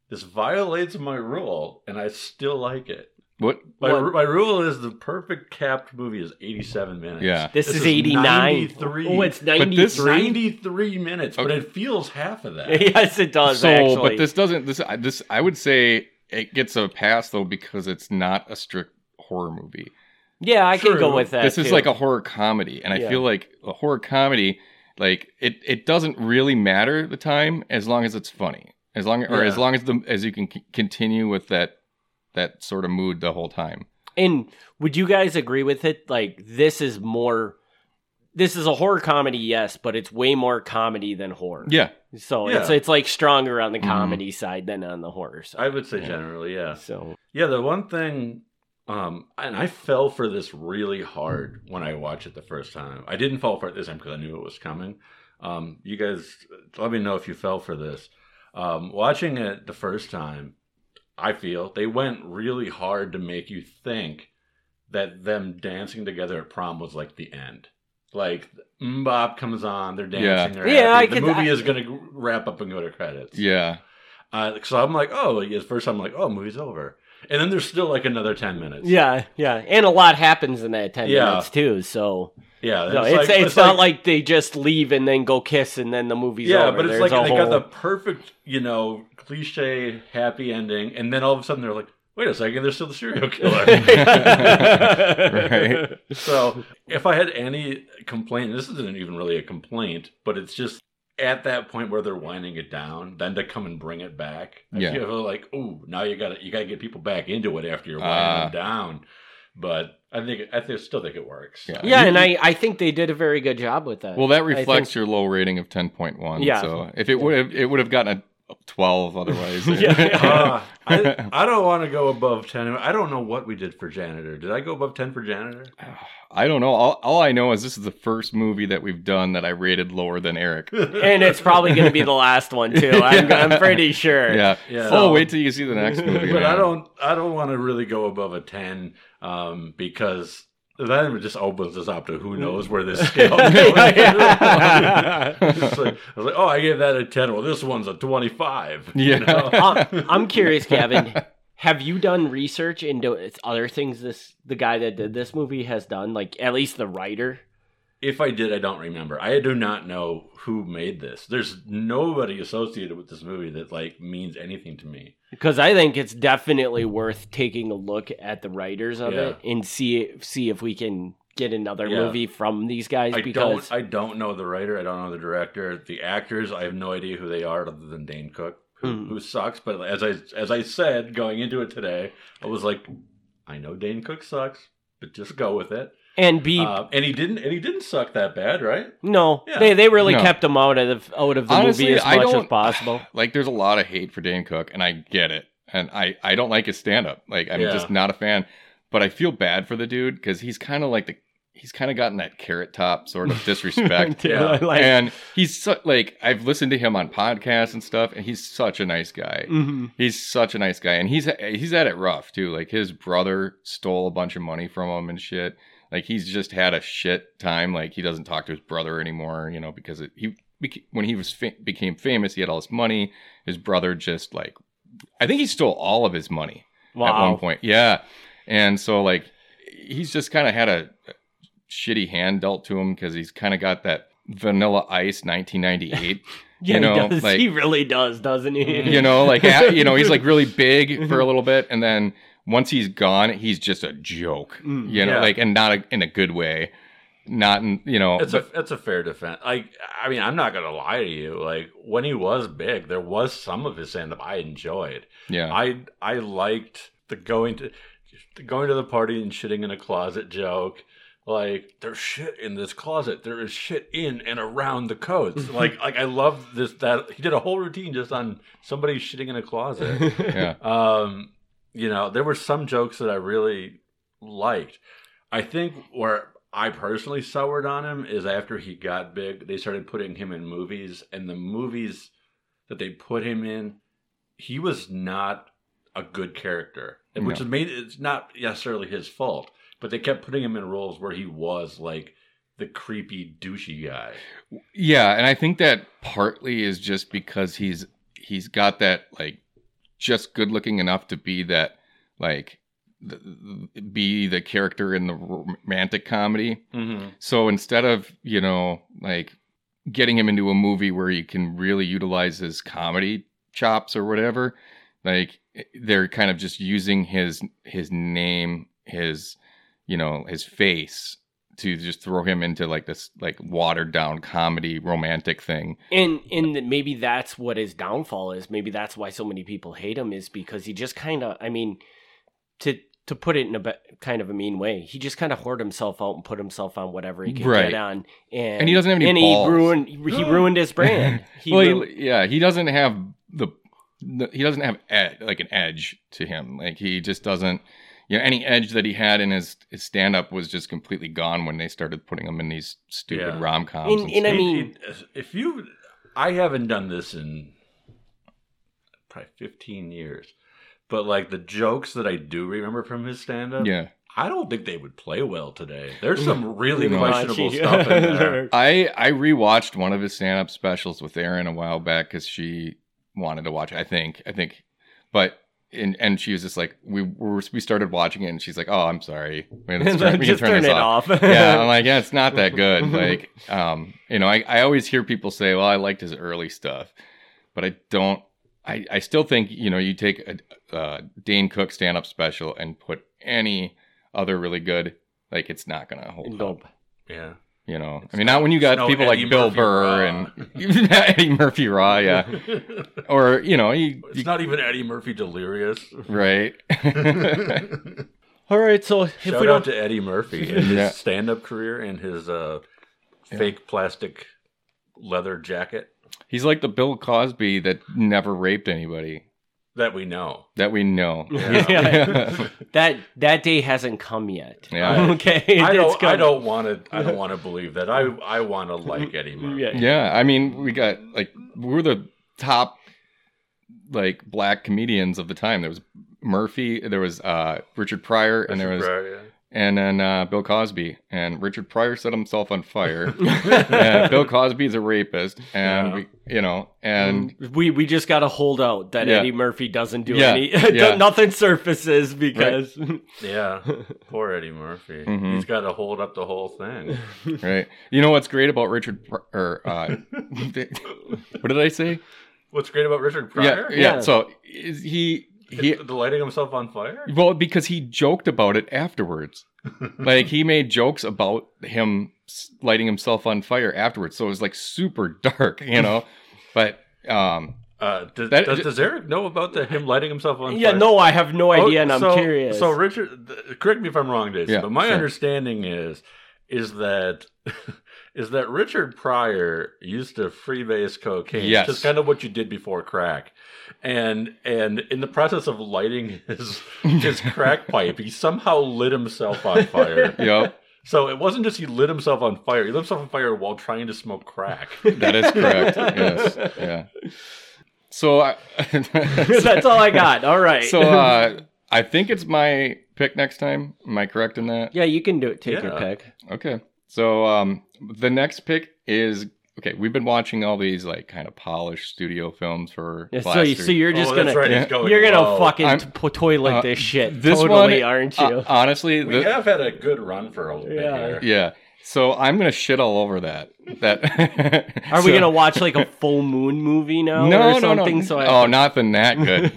Speaker 4: this violates my rule and I still like it.
Speaker 3: What?
Speaker 4: My,
Speaker 2: What?
Speaker 4: my rule is the perfect capped movie is 87 minutes.
Speaker 3: Yeah.
Speaker 2: this,
Speaker 4: This
Speaker 2: is
Speaker 4: is
Speaker 2: eighty nine.
Speaker 4: 93.
Speaker 2: Oh, it's
Speaker 3: But
Speaker 2: ninety
Speaker 3: this-
Speaker 4: It's
Speaker 2: three.
Speaker 4: 93 minutes, but it feels half of that.
Speaker 2: yes, it does.
Speaker 3: so,
Speaker 2: actually.
Speaker 3: but this doesn't. This I- this I would say it gets a pass though because it's not a strict horror movie.
Speaker 2: Yeah, I can
Speaker 4: True.
Speaker 2: go with that.
Speaker 3: this is
Speaker 2: too.
Speaker 3: like a horror comedy, and
Speaker 2: Yeah.
Speaker 3: I feel like a horror comedy, like it it doesn't really matter the time as long as it's funny, as long or
Speaker 4: Yeah.
Speaker 3: as long as the as you can c- continue with that that sort of mood the whole time.
Speaker 2: And would you guys agree with it? Like this is more. This is a horror comedy, yes, but it's way more comedy than horror.
Speaker 3: Yeah,
Speaker 2: So
Speaker 4: Yeah.
Speaker 2: it's it's like stronger on the
Speaker 3: Mhm.
Speaker 2: comedy side than on the horror side.
Speaker 4: I would say
Speaker 3: Yeah.
Speaker 4: generally, yeah.
Speaker 2: so
Speaker 4: Yeah, the one thing, um, and I fell for this really hard when I watched it the first time. I didn't fall for it this time because I knew it was coming. Um, you guys, let me know if you fell for this. Um, watching it the first time, I feel they went really hard to make you think that them dancing together at prom was like the end. Like Mbop comes on, they're
Speaker 3: Yeah.
Speaker 4: dancing. they're
Speaker 2: Yeah,
Speaker 4: happy.
Speaker 2: I
Speaker 4: the
Speaker 2: could-
Speaker 4: movie
Speaker 2: I-
Speaker 4: is going to wrap up and go to credits.
Speaker 3: yeah.
Speaker 4: Uh, so I'm like, oh, at first I'm like, oh, movie's over, and then there's still like another ten minutes.
Speaker 2: yeah, yeah, and a lot happens in that ten
Speaker 4: Yeah.
Speaker 2: minutes too. So
Speaker 4: yeah.
Speaker 2: no, it's it's, not like they just leave and then go kiss and then the movie's
Speaker 4: yeah,
Speaker 2: over.
Speaker 4: but it's
Speaker 2: There's
Speaker 4: like
Speaker 2: a
Speaker 4: they
Speaker 2: whole,
Speaker 4: got the perfect, you know, cliche happy ending, and then all of a sudden they're like, wait a second, there's still the serial killer.
Speaker 3: Right.
Speaker 4: so if I had any complaint, this isn't even really a complaint, but it's just at that point where they're winding it down, then to come and bring it back. I
Speaker 3: Yeah.
Speaker 4: feel like, oh, now you got to you got to get people back into it after you're winding
Speaker 3: Ah.
Speaker 4: them down. But I think I think, still think it works.
Speaker 3: Yeah.
Speaker 2: Yeah,
Speaker 3: You-
Speaker 2: and I I think they did a very good job with that.
Speaker 3: Well, that
Speaker 2: I think-
Speaker 3: reflects your low rating of ten point one.
Speaker 2: Yeah.
Speaker 3: So if it would have it would have gotten a twelve otherwise.
Speaker 2: Yeah.
Speaker 4: Uh, I, I don't want to go above 10. I don't know what we did for janitor. Did I go above 10 for janitor?
Speaker 3: I don't know. All, all I know is this is the first movie that we've done that I rated lower than Eric.
Speaker 2: and it's probably going to be the last one too. I'm I'm pretty sure.
Speaker 3: Yeah.
Speaker 4: Yeah.
Speaker 3: oh, wait till you see the next movie.
Speaker 4: but I
Speaker 3: man.
Speaker 4: don't I don't want to really go above a ten um, because then it just opens us up to who knows where this scale goes. It's like- I was like, oh, I gave that a ten. Well, this one's a twenty-five.
Speaker 3: Yeah.
Speaker 2: Uh, I'm curious, Gavin. Have you done research into it's other things this the guy that did this movie has done? Like at least the writer.
Speaker 4: If I did, I don't remember. I do not know who made this. There's nobody associated with this movie that like means anything to me.
Speaker 2: Because I think it's definitely worth taking a look at the writers of it and see see if we can get another
Speaker 4: Yeah.
Speaker 2: movie from these guys.
Speaker 4: I
Speaker 2: because
Speaker 4: don't. I don't know the writer. I don't know the director. The actors. I have no idea who they are, other than Dane Cook, who,
Speaker 2: Mm.
Speaker 4: who sucks. But as I as I said going into it today, I was like, I know Dane Cook sucks, but just go with it.
Speaker 2: and B
Speaker 4: Uh, and he didn't. And he didn't suck that bad, right?
Speaker 2: no
Speaker 4: yeah.
Speaker 2: they they really
Speaker 3: No.
Speaker 2: kept him out of out of the
Speaker 3: Honestly,
Speaker 2: movie as
Speaker 3: I
Speaker 2: much as
Speaker 3: don't-
Speaker 2: possible.
Speaker 3: Like, there's a lot of hate for Dane Cook, and I get it. And I, I don't like his stand up. Like, I'm
Speaker 4: Yeah.
Speaker 3: just not a fan. But I feel bad for the dude because he's kind of like the, he's kind of gotten that carrot top sort of disrespect.
Speaker 2: Dude,
Speaker 4: Yeah.
Speaker 2: like-
Speaker 3: and he's su- like, I've listened to him on podcasts and stuff, and he's such a nice guy.
Speaker 2: Mhm.
Speaker 3: He's such a nice guy, and he's he's at it rough too. Like his brother stole a bunch of money from him and shit. Like he's just had a shit time. Like he doesn't talk to his brother anymore, you know, because it, he beca- when he was fa- became famous, he had all this money. His brother just like, I think he stole all of his money at one
Speaker 2: wow.
Speaker 3: point. Yeah, and so like he's just kind of had a shitty hand dealt to him because he's kind of got that Vanilla Ice 1998
Speaker 2: Yeah,
Speaker 3: you know,
Speaker 2: he does.
Speaker 3: like-
Speaker 2: he really does, doesn't he?
Speaker 4: Mm-hmm.
Speaker 3: you know like a- you know he's like really big for a little bit and then once he's gone, he's just a joke.
Speaker 2: Mm,
Speaker 3: you know,
Speaker 4: yeah.
Speaker 3: like and not a, in a good way. Not in you know.
Speaker 4: It's
Speaker 3: Oh, but-
Speaker 4: a it's a fair defense. Like I mean, I'm not gonna lie to you. Like when he was big, there was some of his stand up I enjoyed.
Speaker 3: yeah.
Speaker 4: I I liked the going to the going to the party and shitting in a closet joke. Like there's shit in this closet. There is shit in and around the coats. like like I love this that he did a whole routine just on somebody shitting in a closet.
Speaker 3: yeah.
Speaker 4: Um, you know, there were some jokes that I really liked. I think where I personally soured on him is after he got big, they started putting him in movies, and the movies that they put him in, he was not a good character, and which
Speaker 3: No.
Speaker 4: is made it's not necessarily his fault, but they kept putting him in roles where he was like the creepy douchey guy.
Speaker 3: Yeah, and I think that partly is just because he's he's got that like just good looking enough to be that like th- th- be the character in the romantic comedy.
Speaker 4: Mm-hmm.
Speaker 3: So instead of, you know, like getting him into a movie where you can really utilize his comedy chops or whatever, like eh, they're kind of just using his his name, his you know, his face to just throw him into like this like watered down comedy romantic thing.
Speaker 2: And and that maybe that's what his downfall is. Maybe that's why so many people hate him is because he just kind of. I mean, to to put it in a be- kind of a mean way, he just kind of hoard himself out and put himself on whatever he can
Speaker 3: Right.
Speaker 2: get on. And,
Speaker 3: And he doesn't have any
Speaker 2: And
Speaker 3: balls.
Speaker 2: he ruined he ruined his brand. He
Speaker 3: well, he-
Speaker 2: ru-
Speaker 3: yeah, he doesn't have the, the he doesn't have ed, like an edge to him. Like he just doesn't. You know, any edge that he had in his, his stand up was just completely gone when they started putting him in these stupid
Speaker 4: Yeah.
Speaker 3: rom coms.
Speaker 2: In- in I a- mean-
Speaker 4: if you, I haven't done this in probably 15 years, but like the jokes that I do remember from his stand up,
Speaker 3: yeah,
Speaker 4: I don't think they would play well today. There's some really
Speaker 3: No.
Speaker 4: questionable stuff in there.
Speaker 3: I I rewatched one of his stand up specials with Erin a while back because she wanted to watch. It, I think I think, but. And, and she was just like we were we started watching it and she's like oh I'm sorry we can turn, we can
Speaker 2: just turn, it off.
Speaker 3: yeah, I'm like, yeah, it's not that good. Like, um, you know, I, I always hear people say, well, I liked his early stuff, but I don't. I, I still think you know you take a, uh Dane Cook stand up special and put any other really good like it's not gonna hold up.
Speaker 2: Nope.
Speaker 4: Yeah.
Speaker 3: You know, I mean, not when you got
Speaker 4: No
Speaker 3: people
Speaker 4: Eddie
Speaker 3: like Bill
Speaker 4: Murphy
Speaker 3: Burr
Speaker 4: Raw.
Speaker 3: and Eddie Murphy Raw, yeah, or you know, you, you-
Speaker 4: it's not even Eddie Murphy delirious.
Speaker 3: right?
Speaker 2: All right, so if
Speaker 4: Shout
Speaker 2: we don't,
Speaker 4: out to Eddie Murphy and his
Speaker 3: Yeah.
Speaker 4: stand up career and his uh, fake plastic leather jacket
Speaker 3: He's like the Bill Cosby that never raped anybody
Speaker 4: that we know.
Speaker 3: that we know.
Speaker 2: Yeah. that that day hasn't come yet.
Speaker 3: Yeah.
Speaker 2: Okay,
Speaker 4: I
Speaker 2: it's
Speaker 4: don't, I
Speaker 2: coming.
Speaker 4: don't want to. I don't want to believe that. I I want to like Eddie Murphy.
Speaker 2: Yeah.
Speaker 3: Yeah, I mean, we got like we're the top like black comedians of the time. There was Murphy, there was uh Richard Pryor, and there was and then uh, Bill Cosby. And Richard Pryor set himself on fire. and Bill Cosby is a rapist, and
Speaker 4: Yeah.
Speaker 3: we, you know, and
Speaker 2: we we just got to hold out that
Speaker 3: Yeah.
Speaker 2: Eddie Murphy doesn't do
Speaker 3: Yeah,
Speaker 2: any
Speaker 3: yeah.
Speaker 2: nothing surfaces because
Speaker 4: yeah. Poor Eddie Murphy.
Speaker 3: Mhm.
Speaker 4: He's got to hold up the whole thing.
Speaker 3: right, you know what's great about Richard Pr- or uh, what did I say?
Speaker 4: What's great about Richard
Speaker 3: Yeah,
Speaker 4: Pryor?
Speaker 3: yeah,
Speaker 2: Yeah.
Speaker 3: So is he he
Speaker 4: Is the lighting himself on fire.
Speaker 3: Well, because he joked about it afterwards. like he made jokes about him s- lighting himself on fire afterwards. So it was like super dark, you know. but um
Speaker 4: Uh, does,
Speaker 3: That-
Speaker 4: does, does Eric know about the him lighting himself on
Speaker 2: yeah,
Speaker 4: fire?
Speaker 2: no, I have no idea, and I'm
Speaker 4: Oh, so,
Speaker 2: curious.
Speaker 4: So Richard, th- correct me if I'm wrong, Jason,
Speaker 3: Yeah,
Speaker 4: but my
Speaker 3: sure.
Speaker 4: understanding is is that is that Richard Pryor used to freebase cocaine,
Speaker 3: Yes.
Speaker 4: which is kind of what you did before crack, and and in the process of lighting his his crack pipe, he somehow lit himself on fire.
Speaker 3: you know,
Speaker 4: So it wasn't just he lit himself on fire; he lit himself on fire while trying to smoke crack. Oh,
Speaker 3: that is correct. yes. Yeah. So I
Speaker 2: that's all I got. All right.
Speaker 3: So uh I think it's my pick next time. Am I correct in that?
Speaker 2: yeah, you can do it. Take your
Speaker 4: Yeah.
Speaker 2: pick.
Speaker 3: Okay. So um the next pick is okay, we've been watching all these like kind of polished studio films for
Speaker 2: Yeah, so
Speaker 3: last
Speaker 2: you,
Speaker 3: three-
Speaker 2: so you're just
Speaker 4: Oh,
Speaker 2: gonna
Speaker 4: that's right, he's
Speaker 3: yeah.
Speaker 4: going
Speaker 2: you're gonna
Speaker 4: low.
Speaker 2: fucking
Speaker 3: I'm-
Speaker 2: t- po- toilet
Speaker 3: uh,
Speaker 2: this shit
Speaker 3: this
Speaker 2: totally,
Speaker 3: one-
Speaker 2: aren't you?
Speaker 3: Uh, honestly,
Speaker 4: We
Speaker 3: the-
Speaker 4: have had a good run for a little bit
Speaker 2: Yeah.
Speaker 4: here.
Speaker 3: Yeah. So I'm gonna shit all over that. That
Speaker 2: Are we
Speaker 3: So-
Speaker 2: gonna watch like a full moon movie now
Speaker 3: No,
Speaker 2: or
Speaker 3: no,
Speaker 2: something?
Speaker 3: no.
Speaker 2: So I
Speaker 3: oh, nothing that good.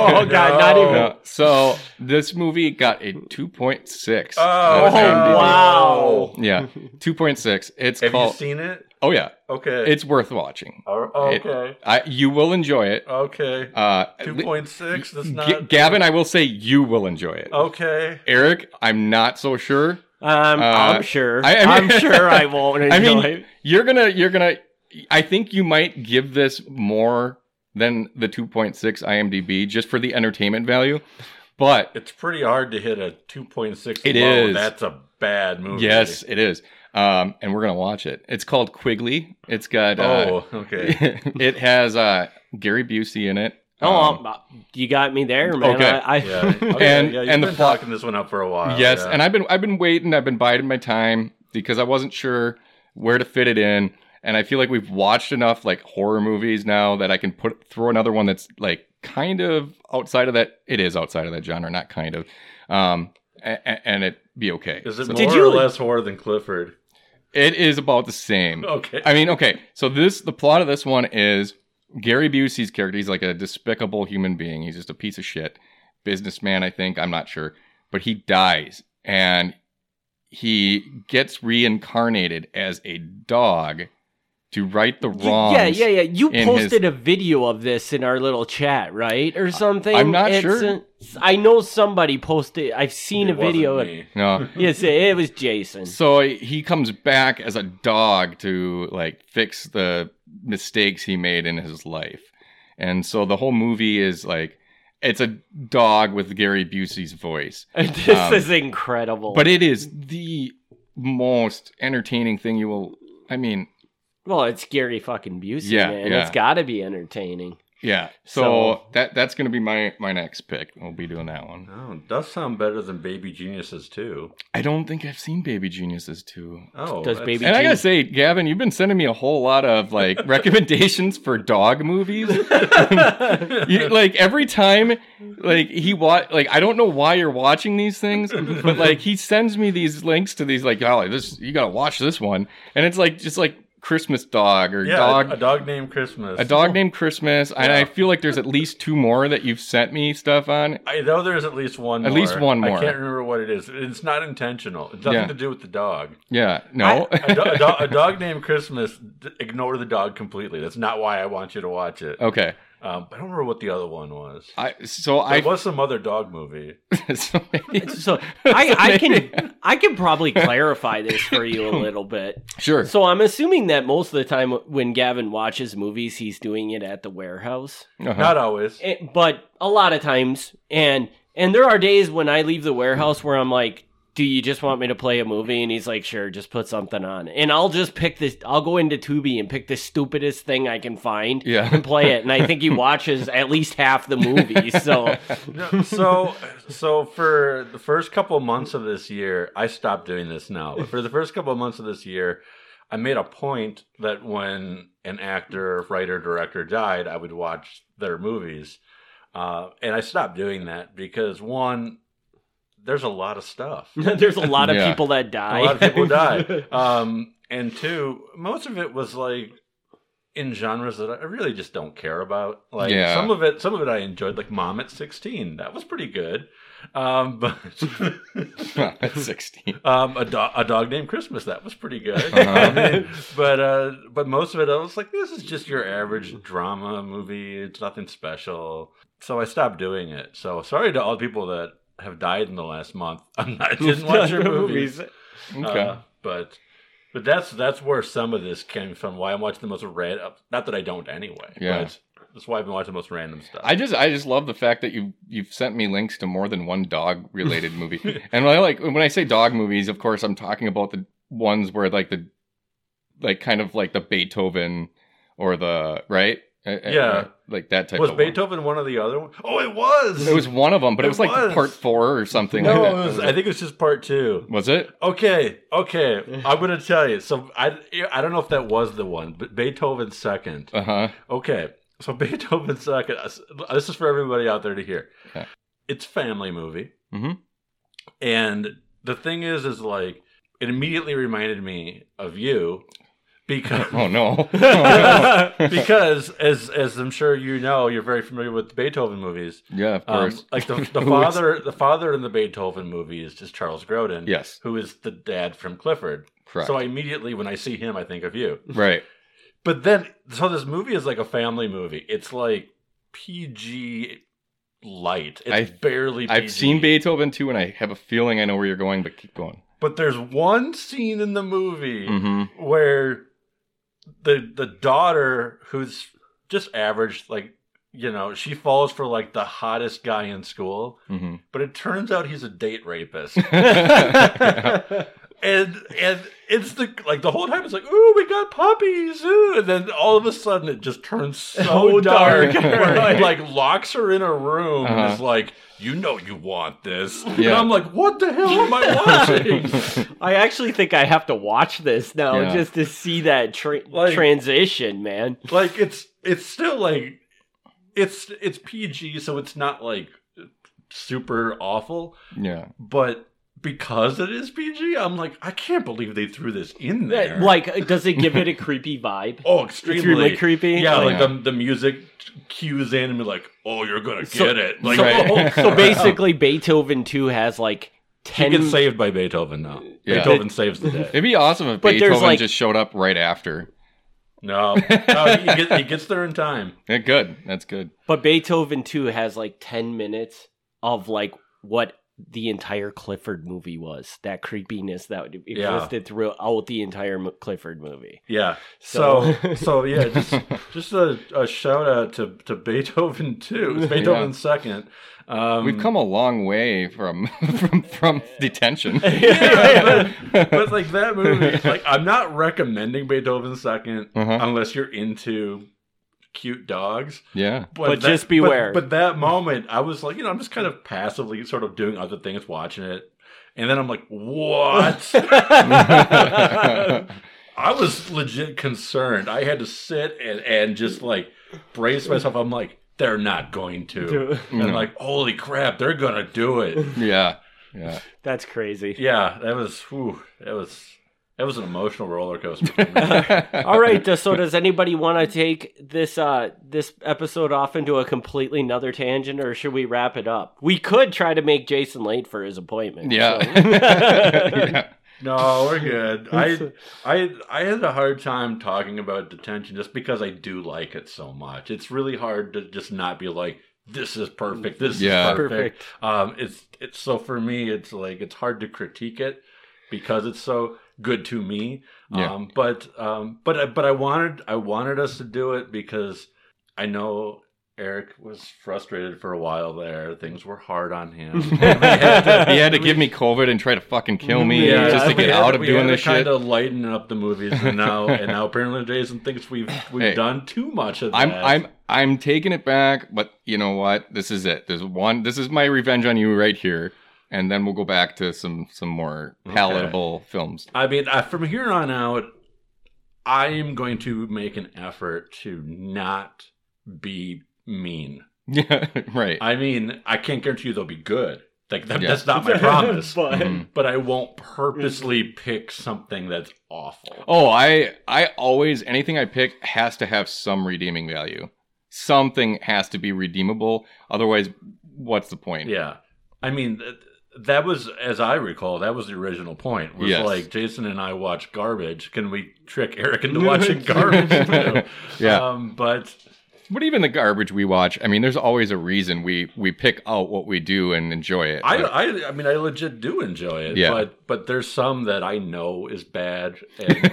Speaker 2: oh god, not even.
Speaker 3: No, so this movie got a 2.6.
Speaker 4: Oh,
Speaker 3: on IMDb.
Speaker 2: wow.
Speaker 3: Yeah, 2.6. It's
Speaker 4: Have
Speaker 3: called.
Speaker 4: you seen it?
Speaker 3: oh yeah,
Speaker 4: Okay.
Speaker 3: it's worth watching.
Speaker 4: All-
Speaker 3: it-
Speaker 4: okay.
Speaker 3: I, you will enjoy it.
Speaker 4: okay.
Speaker 3: Uh,
Speaker 4: Two
Speaker 3: li-
Speaker 4: point six. That's
Speaker 3: G-
Speaker 4: not.
Speaker 3: Gavin, I will say you will enjoy it.
Speaker 4: Oh. okay.
Speaker 3: Eric, I'm not so sure.
Speaker 2: Um,
Speaker 3: Uh,
Speaker 2: I'm sure. I,
Speaker 3: I- I
Speaker 2: am
Speaker 3: mean-
Speaker 2: sure I won't enjoy.
Speaker 3: I mean, uh,
Speaker 2: it.
Speaker 3: You're gonna, you're gonna. I think you might give this more than the 2.6 IMDb just for the entertainment value. But
Speaker 4: It's pretty hard to hit a two point six.
Speaker 3: It
Speaker 4: low.
Speaker 3: is.
Speaker 4: That's a bad movie.
Speaker 3: yes, it is. Um, and we're gonna watch it. It's called Quigley. It's got. Uh,
Speaker 4: Oh, okay.
Speaker 3: it has uh, Gary Busey in it.
Speaker 2: oh,
Speaker 3: Um,
Speaker 2: um, you got me there, man.
Speaker 3: okay.
Speaker 2: I, I,
Speaker 4: Yeah. Okay,
Speaker 3: And-
Speaker 4: yeah, you've
Speaker 3: and the
Speaker 4: been
Speaker 3: plot-
Speaker 4: talking this one up for a while.
Speaker 3: yes,
Speaker 4: Oh, yeah.
Speaker 3: and I've been I've been waiting. I've been biding my time because I wasn't sure where to fit it in, and I feel like we've watched enough like horror movies now that I can put throw another one that's like kind of outside of that. It is outside of that genre, not kind of, um, and, and it be okay.
Speaker 4: Is it
Speaker 3: So
Speaker 4: more
Speaker 2: Did you-
Speaker 4: or less horror than Clifford?
Speaker 3: it is about the same.
Speaker 4: Okay.
Speaker 3: I mean, okay. So this the plot of this one is Gary Busey's character. He's like a despicable human being. He's just a piece of shit businessman. I think I'm not sure, but he dies and he gets reincarnated as a dog to right the wrongs.
Speaker 2: Yeah, yeah, yeah. You
Speaker 3: in
Speaker 2: posted
Speaker 3: his-
Speaker 2: a video of this in our little chat, right, or something?
Speaker 3: I'm not
Speaker 2: It's
Speaker 3: sure.
Speaker 2: a- I know somebody posted. I've seen
Speaker 4: It
Speaker 2: a video.
Speaker 4: wasn't me.
Speaker 3: No.
Speaker 2: Yes, it was Jason.
Speaker 3: So he comes back as a dog to like fix the mistakes he made in his life. And so the whole movie is like it's a dog with Gary Busey's voice.
Speaker 2: this
Speaker 3: um,
Speaker 2: is incredible.
Speaker 3: But it is the most entertaining thing you will I mean,
Speaker 2: well, it's Gary fucking Busey,
Speaker 3: Yeah,
Speaker 2: man.
Speaker 3: yeah.
Speaker 2: It's got to be entertaining.
Speaker 3: yeah. So,
Speaker 2: So-
Speaker 3: that that's going to be my my next pick. We'll be doing that one.
Speaker 4: Oh, it does sound better than Baby Geniuses too.
Speaker 3: I don't think I've seen Baby Geniuses too.
Speaker 4: Oh,
Speaker 2: Does
Speaker 4: that's-
Speaker 2: Baby-
Speaker 3: And I got
Speaker 2: Genius-
Speaker 3: to say, Gavin, you've been sending me a whole lot of like recommendations for dog movies. You- like every time like he wa- like i don't know why you're watching these things but like he sends me these links to these like oh this you gotta watch this one and it's like just like christmas dog or
Speaker 4: yeah,
Speaker 3: dog
Speaker 4: a dog named Christmas.
Speaker 3: a dog named christmas and i
Speaker 4: Yeah.
Speaker 3: feel like there's at least two more that you've sent me stuff on
Speaker 4: I know there's at least one.
Speaker 3: At
Speaker 4: more.
Speaker 3: least one more.
Speaker 4: I can't remember what it is. It's not intentional. It's nothing
Speaker 3: Yeah.
Speaker 4: to do with the dog.
Speaker 3: yeah no
Speaker 4: A, do- a do- a dog named Christmas. d- Ignore the dog completely. That's not why I want you to watch it.
Speaker 3: okay
Speaker 4: Um, I don't remember what the other one was.
Speaker 3: i so
Speaker 4: There
Speaker 3: i
Speaker 4: was some other dog movie.
Speaker 3: so maybe-
Speaker 2: So I, I can I can probably clarify this for you a little bit.
Speaker 3: sure
Speaker 2: So I'm assuming that most of the time when Gavin watches movies, he's doing it at the warehouse.
Speaker 3: Uh-huh.
Speaker 4: Not always.
Speaker 2: And- but a lot of times and and there are days when i leave the warehouse where i'm like do you just want me to play a movie and he's like sure just put something on and i'll just pick this i'll go into tubi and pick the stupidest thing i can find
Speaker 3: yeah
Speaker 2: and play it and i think he watches at least half the movie so
Speaker 4: No, so so for the first couple of months of this year i stopped doing this now but for the first couple of months of this year i made a point that when an actor writer director died i would watch their movies uh, and i stopped doing that because one there's a lot of stuff
Speaker 2: there's a lot of
Speaker 3: Yeah.
Speaker 2: people that die
Speaker 4: a lot of people die. Um, and two, most of it was like in genres that I really just don't care about. Like
Speaker 3: Yeah.
Speaker 4: some of it, some of it I enjoyed, like Mom at sixteen. That was pretty good. Um, but
Speaker 3: That's 16
Speaker 4: um, a, do- a dog named Christmas. That was pretty good.
Speaker 3: Uh-huh.
Speaker 4: I mean, but uh, but most of it, I was like, this is just your average drama movie. It's nothing special. So I stopped doing it. So sorry to all the people that have died in the last month. I'm not, I didn't watch your movies.
Speaker 3: okay
Speaker 4: Uh, but but that's that's where some of this came from. Why I'm watching the most random. Not that I don't anyway.
Speaker 3: Yeah.
Speaker 4: But that's why I've been watching the most random stuff.
Speaker 3: I just I just love the fact that you you've sent me links to more than one dog related movie. And when I like when I say dog movies, of course I'm talking about the ones where like the like kind of like the Beethoven or the right? Uh, uh,
Speaker 4: Yeah.
Speaker 3: Like that type
Speaker 4: was
Speaker 3: of one.
Speaker 4: Beethoven one of the other one? Oh, it was.
Speaker 3: It was one of them, but it,
Speaker 4: It
Speaker 3: was like
Speaker 4: was.
Speaker 3: part 4 or something
Speaker 4: No,
Speaker 3: like
Speaker 4: it
Speaker 3: that.
Speaker 4: was, I think it was just part two.
Speaker 3: was it?
Speaker 4: Okay, okay. I'm gonna tell you. So I I don't know if that was the one, but Beethoven's second.
Speaker 3: Uh-huh.
Speaker 4: Okay, so Beethoven's second. uh, This is for everybody out there to hear.
Speaker 3: Okay.
Speaker 4: It's family movie,
Speaker 3: Mhm.
Speaker 4: and the thing is, is like it immediately reminded me of you because
Speaker 3: Oh no. Oh, no.
Speaker 4: because as as I'm sure you know, you're very familiar with the Beethoven movies.
Speaker 3: yeah, of
Speaker 4: Um,
Speaker 3: course.
Speaker 4: like the, the
Speaker 3: Of course.
Speaker 4: father, the father in the Beethoven movie is just Charles Grodin,
Speaker 3: yes.
Speaker 4: who is the dad from Clifford.
Speaker 3: Correct.
Speaker 4: So I immediately, when I see him, I think of you.
Speaker 3: right.
Speaker 4: But then, so this movie is like a family movie. It's like PG light. It's
Speaker 3: I've-
Speaker 4: barely. PG.
Speaker 3: I've seen Beethoven too, and I have a feeling I know where you're going, but keep going.
Speaker 4: but there's one scene in the movie
Speaker 3: hmm
Speaker 4: where the the daughter who's just average like you know she falls for like the hottest guy in school
Speaker 3: hmm
Speaker 4: but it turns out he's a date rapist
Speaker 2: yeah.
Speaker 3: Mm-hmm.
Speaker 4: and and it's the like the whole time it's like ooh we got puppies ooh and then all of a sudden it just turns so
Speaker 2: Oh,
Speaker 4: dark,
Speaker 2: dark.
Speaker 4: where he,
Speaker 2: Right.
Speaker 4: like locks her in a room and
Speaker 3: Uh-huh.
Speaker 4: is like you know you want this and
Speaker 3: Yeah.
Speaker 4: i'm like what the hell am i watching
Speaker 2: I actually think I have to watch this now
Speaker 3: Yeah.
Speaker 2: just to see that tra-
Speaker 4: Like-
Speaker 2: transition, man.
Speaker 4: like it's it's still like it's it's PG, so it's not like super awful,
Speaker 3: yeah.
Speaker 4: but because it is PG, I'm like I can't believe they threw this in there.
Speaker 2: Like, does it give it a creepy vibe?
Speaker 4: oh,
Speaker 2: Extremely
Speaker 4: extremely.
Speaker 2: creepy.
Speaker 4: Yeah,
Speaker 2: Like,
Speaker 4: like the the music cues in and be like, oh, you're gonna
Speaker 2: So-
Speaker 4: get it. Like
Speaker 2: so,
Speaker 3: Right.
Speaker 2: so basically, Beethoven two has like
Speaker 4: he
Speaker 2: ten.
Speaker 4: gets saved by Beethoven now.
Speaker 3: Yeah.
Speaker 4: Beethoven saves the day.
Speaker 3: It'd be awesome if
Speaker 2: But there's,
Speaker 3: Beethoven
Speaker 2: like-
Speaker 3: just showed up right after.
Speaker 4: No, no he, gets, he gets there in time.
Speaker 3: Yeah, good. That's good.
Speaker 2: But Beethoven 2 has like 10 minutes of like what the entire Clifford movie was. That creepiness that
Speaker 4: Yeah.
Speaker 2: existed throughout the entire mo- Clifford movie.
Speaker 4: Yeah. So
Speaker 2: So-
Speaker 4: so yeah, just just a, a shout out to, to Beethoven too. It's Beethoven second. Um,
Speaker 3: We've come a long way from from from detention.
Speaker 4: Yeah, but, but like that movie, like I'm not recommending Beethoven 2nd
Speaker 3: Uh-huh.
Speaker 4: unless you're into cute dogs.
Speaker 3: Yeah.
Speaker 2: But
Speaker 4: that-
Speaker 2: just beware.
Speaker 4: But, that moment, I was like, you know, I'm just kind of passively sort of doing other things, watching it, and then I'm like, what? I was legit concerned. I had to sit and, and just like brace myself. I'm like, they're not going to. And I'm like, holy crap, they're gonna do it.
Speaker 3: yeah. Yeah.
Speaker 2: That's crazy.
Speaker 4: Yeah, that was whew, that was that was an emotional roller coaster. for me.
Speaker 2: All right, uh, so does anybody want to take this uh this episode off into a completely another tangent or should we wrap it up? We could try to make Jason late for his appointment.
Speaker 3: Yeah. yeah.
Speaker 4: no, we're good. I I I had a hard time talking about detention just because I do like it so much. It's really hard to just not be like this is perfect. This
Speaker 3: Yeah.
Speaker 4: is perfect.
Speaker 2: Perfect.
Speaker 4: Um it's it's so for me it's like it's hard to critique it because it's so good to me.
Speaker 3: Yeah.
Speaker 4: Um but um but I- but I wanted I wanted us to do it because I know Eric was frustrated for a while there. Things were hard on him. We had to-
Speaker 3: He had to give me COVID and try to fucking kill me
Speaker 2: Yeah,
Speaker 3: just to
Speaker 4: we
Speaker 3: get
Speaker 4: had
Speaker 3: out of
Speaker 4: we
Speaker 3: doing
Speaker 4: had
Speaker 3: this
Speaker 4: to kind
Speaker 3: shit.
Speaker 4: of lighten up the movies, and now and now apparently Jason thinks we've we've
Speaker 3: Hey.
Speaker 4: done too much of that.
Speaker 3: I'm I'm I'm taking it back, but you know what? This is it. There's one. This is my revenge on you right here, and then we'll go back to some some more palatable films.
Speaker 4: I mean, I, from here on out, I am going to make an effort to not be mean.
Speaker 3: Yeah, right.
Speaker 4: I mean, I can't guarantee you they'll be good. Like that,
Speaker 3: Yeah.
Speaker 4: that's not my promise. Mm-hmm. but,
Speaker 2: but
Speaker 3: Mhm.
Speaker 4: I won't purposely pick something that's awful.
Speaker 3: Oh, I I always anything I pick has to have some redeeming value. Something has to be redeemable. Otherwise, what's the point?
Speaker 4: Yeah. I mean, th- that was, as I recall, that was the original point. Was
Speaker 3: Yes.
Speaker 4: like Jason and I watch garbage. Can we trick Eric into watching garbage? too?
Speaker 3: Yeah.
Speaker 4: Um, but
Speaker 3: But even the garbage we watch, I mean, there's always a reason we we pick out what we do and enjoy it.
Speaker 4: I,
Speaker 3: Like,
Speaker 4: I, I mean, I legit do enjoy it.
Speaker 3: Yeah.
Speaker 4: But but there's some that I know is bad, and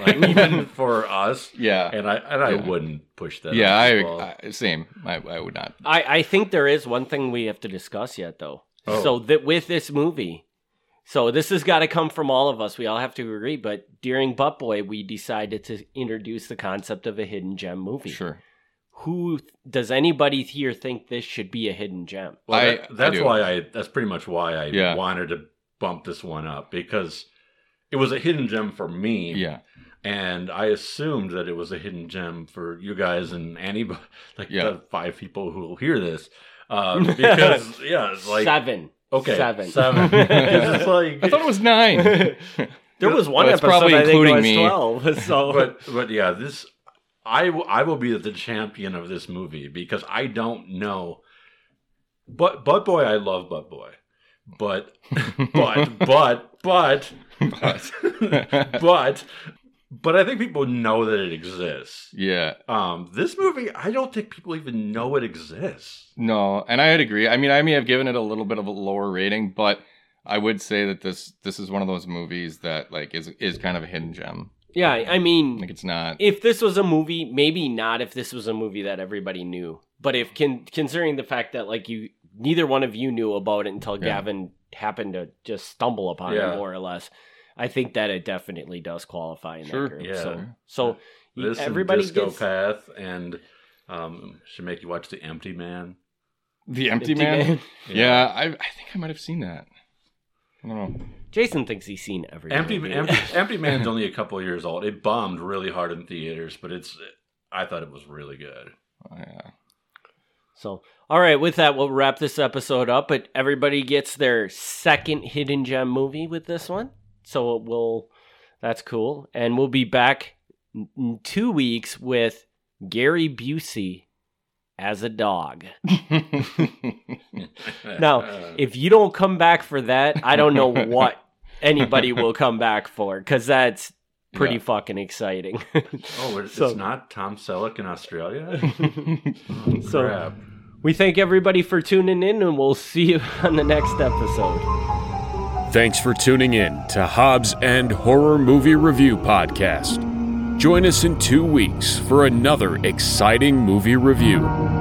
Speaker 4: like, even for us.
Speaker 3: yeah,
Speaker 4: And I and I
Speaker 3: Yeah.
Speaker 4: wouldn't push that.
Speaker 3: yeah.
Speaker 4: on
Speaker 3: I,
Speaker 4: people.
Speaker 3: I same. I, I would not.
Speaker 2: I, I think there is one thing we have to discuss yet, though.
Speaker 4: Oh.
Speaker 2: So that with this movie, so this has got to come from all of us. We all have to agree. But during Butt Boy, we decided to introduce the concept of a hidden gem movie.
Speaker 3: Sure.
Speaker 2: Who does anybody here think this should be a hidden gem?
Speaker 4: Well,
Speaker 3: I-
Speaker 4: that-
Speaker 3: I
Speaker 4: that's
Speaker 3: do.
Speaker 4: why I. That's pretty much why I
Speaker 3: Yeah.
Speaker 4: wanted to bump this one up because it was a hidden gem for me.
Speaker 3: Yeah.
Speaker 4: and I assumed that it was a hidden gem for you guys and anybody, like
Speaker 3: Yeah.
Speaker 4: the five people who will hear this, um, because yeah, it's like
Speaker 2: seven.
Speaker 4: okay,
Speaker 2: Seven.
Speaker 4: seven. 'Cause it's like
Speaker 3: I thought it was nine.
Speaker 2: There was one
Speaker 3: Well, it's
Speaker 2: episode
Speaker 3: probably
Speaker 2: I think
Speaker 3: including
Speaker 2: was
Speaker 3: me.
Speaker 2: twelve. So
Speaker 4: but but yeah, this I w- I will be the champion of this movie because I don't know. But Butt Boy, I love Butt Boy, but but but but
Speaker 3: But-
Speaker 4: but but I think people know that it exists.
Speaker 3: yeah.
Speaker 4: Um, this movie, I don't think people even know it exists.
Speaker 3: No, and I'd agree. I mean, I may have given it a little bit of a lower rating, but I would say that this this is one of those movies that like is is kind of a hidden gem.
Speaker 2: yeah, I mean,
Speaker 3: Like it's not.
Speaker 2: if this was a movie, maybe not if this was a movie that everybody knew. But if con- considering the fact that like you neither one of you knew about it until
Speaker 3: Yeah.
Speaker 2: Gavin happened to just stumble upon
Speaker 4: Yeah.
Speaker 2: it more or less, I think that it definitely does qualify in
Speaker 3: Sure.
Speaker 2: that group.
Speaker 4: Yeah.
Speaker 2: So so you-
Speaker 4: This
Speaker 2: everybody
Speaker 4: and Disco
Speaker 2: gets
Speaker 4: Path and um, should make you watch The Empty Man.
Speaker 3: The Empty,
Speaker 2: Empty
Speaker 3: Man.
Speaker 2: Man.
Speaker 3: Yeah, I, I think I might have seen that. I don't know.
Speaker 2: Jason thinks he's seen everything.
Speaker 4: Empty, empty, empty Man's only a couple of years old. It bombed really hard in theaters, but it's. I thought it was really good.
Speaker 3: Oh, yeah.
Speaker 2: So, all right, with that, we'll wrap this episode up. But everybody gets their second hidden gem movie with this one. So we'll, that's cool. And we'll be back in- in two weeks with Gary Busey as a dog. Now, If you don't come back for that, I don't know what anybody will come back for because that's pretty
Speaker 3: Yeah.
Speaker 2: fucking exciting.
Speaker 4: oh, it's,
Speaker 2: so-
Speaker 4: it's not Tom Selleck in Australia.
Speaker 3: Bye.
Speaker 2: So-
Speaker 4: Crap.
Speaker 2: we thank everybody for tuning in, and we'll see you on the next episode.
Speaker 1: Thanks for tuning in to Hobbs and Horror Movie Review Podcast. Join us in two weeks for another exciting movie review.